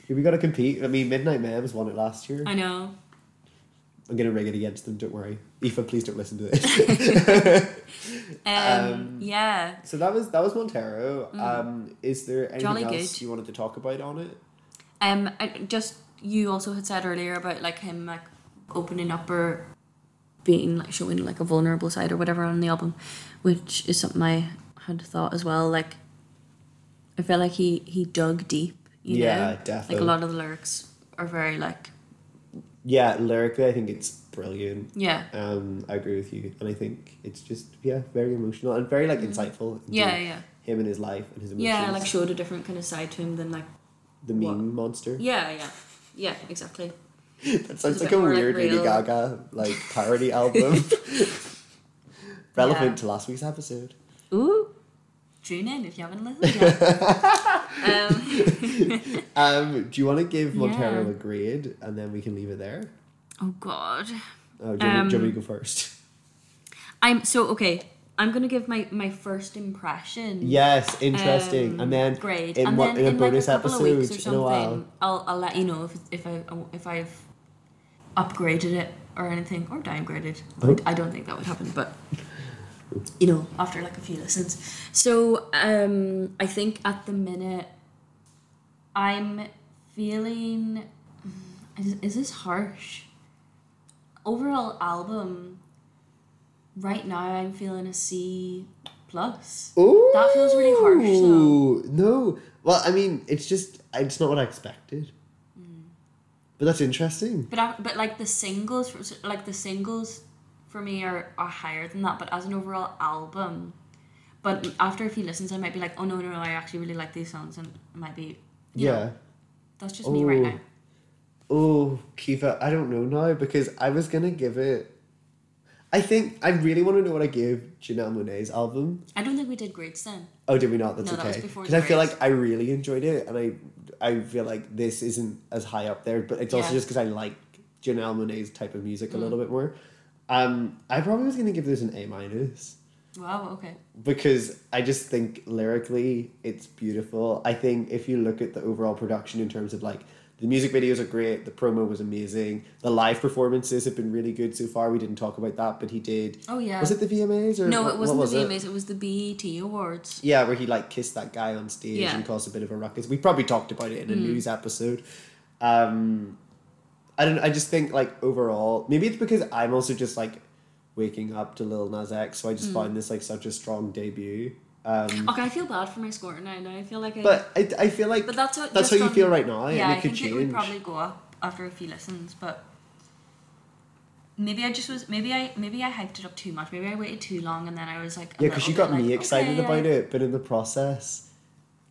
S2: We gotta compete. I mean, Midnight Mems won it last year.
S3: I know.
S2: I'm gonna rig it against them. Don't worry, Aoife, Please don't listen to this.
S3: Um, yeah.
S2: so that was that was Montero. Um, is there anything
S3: Mm. Jolly
S2: else
S3: good.
S2: you wanted to talk about on it?
S3: Um, I, just you also had said earlier about like him like opening up or being like showing like a vulnerable side or whatever on the album, which is something I had thought as well. Like, I felt like he he dug deep. You
S2: Yeah,
S3: know? Like
S2: definitely.
S3: a lot of the lyrics are very like
S2: Yeah, lyrically, I think it's brilliant.
S3: yeah
S2: Um, I agree with you, and I think it's just yeah, very emotional and very like insightful. into
S3: Mm-hmm. yeah yeah
S2: Him and his life and his emotions.
S3: yeah like showed a different kind of side to him than like
S2: the meme
S3: what?
S2: monster.
S3: yeah yeah yeah exactly.
S2: That sounds
S3: Is
S2: like
S3: it
S2: a
S3: more like
S2: weird Lady
S3: real?
S2: Gaga like parody album. Relevant
S3: Yeah.
S2: to last week's episode.
S3: Ooh, tune in if you haven't listened yet. um,
S2: Um, do you want to give Montero
S3: Yeah.
S2: a grade and then we can leave it there?
S3: oh God.
S2: Oh, do you, want, me- do you want me to go
S3: Um,
S2: first?
S3: I'm so okay. I'm gonna give my my first impression.
S2: Yes, interesting. and then
S3: great.
S2: in,
S3: um, and
S2: what,
S3: then
S2: in a
S3: in like
S2: bonus
S3: a couple
S2: episode
S3: of weeks or
S2: in a
S3: something,
S2: while.
S3: I'll I'll let you know if if I if I've upgraded it or anything or downgraded.
S2: Oh.
S3: I don't think that would happen, but you know, after like a few listens. So um, I think at the minute I'm feeling. Is, is this harsh? Overall album. Right now, I'm feeling a C plus.
S2: Ooh,
S3: That feels really harsh, though.
S2: No, well, I mean, it's just it's not what I expected.
S3: Mm.
S2: But that's interesting.
S3: But I, but like the singles, for- like the singles, for me are, are higher than that. But as an overall album, but after a few listens, I might be like, oh no no no, I actually really like these songs, and it might be you know,
S2: yeah.
S3: that's just me right
S2: Oh.
S3: now.
S2: Oh, Kiva, I don't know now because I was gonna give it. I think I really want to know what I gave Janelle Monae's album.
S3: I don't think we did grades then.
S2: Oh, did we not? That's
S3: No, that was
S2: okay.
S3: before
S2: Because I feel
S3: Grace.
S2: like I really enjoyed it, and I, I feel like this isn't as high up there, but it's also
S3: Yeah. Mm.
S2: just because I like Janelle Monae's type of music a little bit more. Um, I probably was gonna give this an A minus
S3: Wow. Okay.
S2: because I just think lyrically it's beautiful. I think if you look at the overall production in terms of like the music videos are great, the promo was amazing, the live performances have been really good so far. We didn't talk about that, but he did.
S3: Oh yeah.
S2: Was it the VMAs or
S3: no,
S2: what-
S3: it
S2: what
S3: wasn't
S2: was
S3: the VMAs. It? was the BET Awards.
S2: Yeah, where he like kissed that guy on stage
S3: Yeah. Mm.
S2: and caused a bit of a ruckus. We probably talked about it in a news episode. Um, I don't. I just think like overall, maybe it's because I'm also just like waking up to Lil Nas X, so I
S3: Mm.
S2: just find this like such a strong debut. Um,
S3: Okay, I feel bad for my score now. Now I feel like I.
S2: but I, I feel like
S3: but that's how.
S2: that's
S3: just
S2: how you
S3: on-
S2: feel right now,
S3: Yeah,
S2: and it
S3: I
S2: could
S3: think
S2: change.
S3: it would probably go up after a few listens, but maybe I just was maybe I maybe I hyped it up too much. Maybe I waited too long, and then I was like, a
S2: yeah, because
S3: little
S2: you got
S3: bit
S2: me
S3: like,
S2: excited
S3: okay,
S2: about
S3: I-
S2: it, but in the process,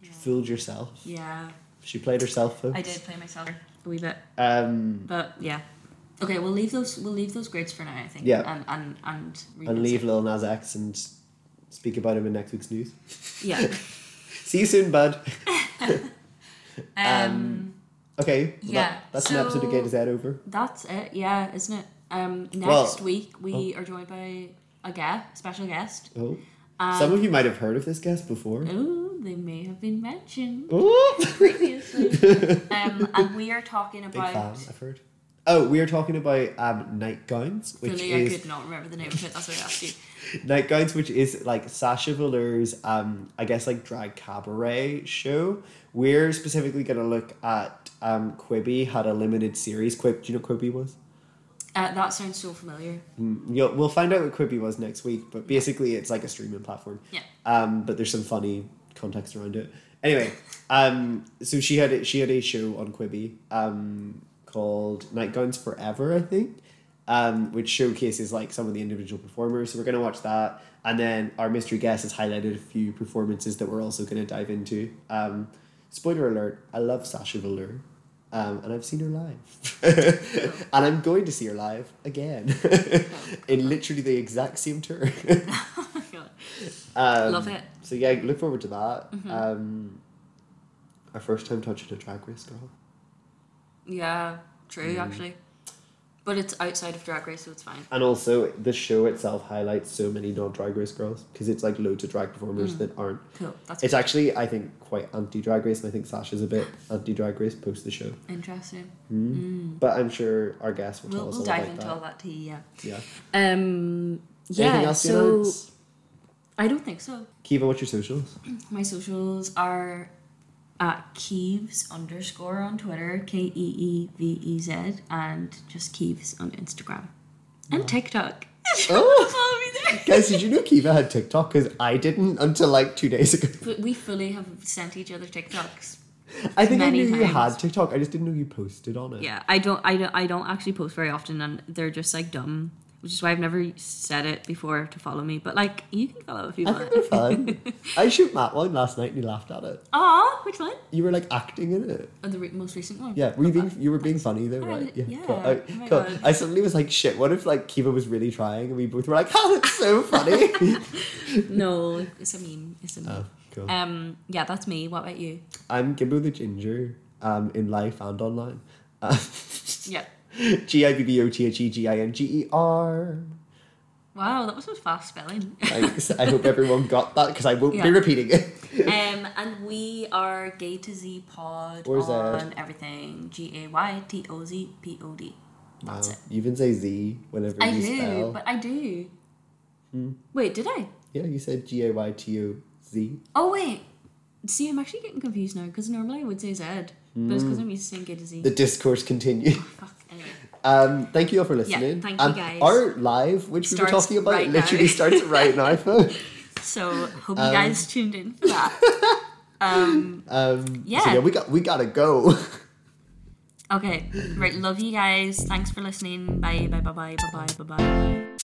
S2: you fooled yourself.
S3: Yeah,
S2: She played herself. Folks.
S3: I did play myself a wee bit,
S2: Um,
S3: but yeah. Okay, we'll leave those we'll leave those grades for now. I think.
S2: Yeah.
S3: And and and,
S2: and
S3: revisit.
S2: leave Lil Nas X and speak about him in next week's news.
S3: Yeah.
S2: See you soon, bud.
S3: Um,
S2: Okay. well,
S3: Yeah,
S2: that- that's an episode of
S3: so-
S2: Gate Is That Over?
S3: That's it. Yeah, isn't it? Um, next
S2: Well-
S3: week we are joined by a guest, special guest.
S2: Oh.
S3: Um,
S2: Some of you might have heard of this guest before.
S3: Oh, they may have been mentioned.
S2: Ooh.
S3: um, and we are talking
S2: Big fan,
S3: about.
S2: I've heard. Oh, we are talking about um, nightgowns, which
S3: Really, I
S2: is
S3: could not remember the name of it. That's what I asked you.
S2: nightgowns, which is like Sasha Velour's, um, I guess like drag cabaret show. We're specifically going to look at um, Quibi had a limited series. Quib, do you know what Quibi was?
S3: Uh, that sounds so familiar.
S2: You'll, we'll find out what Quibi was next week, but basically it's like a streaming platform.
S3: Yeah.
S2: Um, but there's some funny context around it. Anyway, um, so she had a, she had a show on Quibi um, called Nightgowns Forever, I think, um, which showcases like some of the individual performers. So we're gonna watch that, and then our mystery guest has highlighted a few performances that we're also gonna dive into. Um, spoiler alert: I love Sasha Velour. Um, and I've seen her live. and I'm going to see her live again. in literally the exact same tour.
S3: God.
S2: Um,
S3: Love it.
S2: So yeah, look forward to that.
S3: Mm-hmm.
S2: Um, our first time touching a drag race girl.
S3: Yeah, true
S2: mm.
S3: actually. But it's outside of Drag Race, so it's fine.
S2: And also, the show itself highlights so many non drag race girls because it's like loads of drag performers
S3: Mm.
S2: that aren't.
S3: Cool. That's
S2: It's actually, I think, quite anti drag race, and I think Sasha's a bit anti drag race post the show.
S3: interesting. Mm.
S2: But I'm sure our guests will Hmm. tell
S3: We'll,
S2: us
S3: we'll
S2: all
S3: dive
S2: about
S3: into
S2: that.
S3: all that tea. Yeah.
S2: Yeah.
S3: Um.
S2: Anything
S3: Yeah.
S2: else you
S3: So
S2: announce?
S3: I don't think so.
S2: Kiva, what's your socials?
S3: My socials are at Keeves underscore on Twitter, K E E V E Z, and just Keeves on Instagram and TikTok. Follow me there.
S2: Oh, Guys, did you know Kiva had TikTok? Because I didn't until like two days ago.
S3: But we fully have sent each other TikToks.
S2: I think
S3: Many
S2: I knew you
S3: times.
S2: had TikTok. I just didn't know you posted on it.
S3: Yeah, I don't, I don't, I don't actually post very often, and they're just like dumb, which is why I've never said it before to follow me. But like, you can follow if you
S2: I think
S3: want.
S2: they're fun. I shoot Matt one last night and he laughed at it.
S3: Aw, which one?
S2: You were like acting in it.
S3: Oh, the re- most recent one.
S2: Yeah, were you being you were being funny though, right?
S3: yeah.
S2: Cool. I,
S3: Oh my
S2: cool.
S3: God.
S2: I suddenly was like, shit. What if like Kiva was really trying and we both were like, ah, that's so funny.
S3: Um, No, it's a meme. It's a meme.
S2: oh, cool.
S3: Um, yeah, that's me. What about you?
S2: I'm Gimbo the Ginger. Um, in life and online. Uh,
S3: Yeah.
S2: G i b b o t h e g i n g e r.
S3: Wow, that was so fast spelling.
S2: Thanks. I hope everyone got that because I won't
S3: Yeah.
S2: be repeating it.
S3: um, and we are Gay to Z Pod
S2: Or Z.
S3: on everything. G A Y T O Z P O D. That's
S2: Wow.
S3: it.
S2: You even say Z whenever
S3: I
S2: you
S3: do,
S2: spell.
S3: but I do.
S2: Hmm.
S3: Wait, did I?
S2: Yeah, you said G A Y T O Z.
S3: Oh wait. See, I'm actually getting confused now because normally I would say Z, but it's
S2: Hmm.
S3: because I'm used to saying Gay to Z.
S2: The discourse continues.
S3: Fuck. Anyway.
S2: Um, thank you all for listening.
S3: thank you
S2: Um,
S3: guys.
S2: Our live, which we were
S3: Starts
S2: talking about,
S3: right now.
S2: literally starts right now. folks.
S3: So hope you guys tuned in for that. um,
S2: Um, So
S3: Yeah.
S2: yeah, we got we gotta go.
S3: okay. Right. Love you guys. Thanks for listening. Bye. Bye. Bye. Bye. Bye. Bye. Bye. Bye.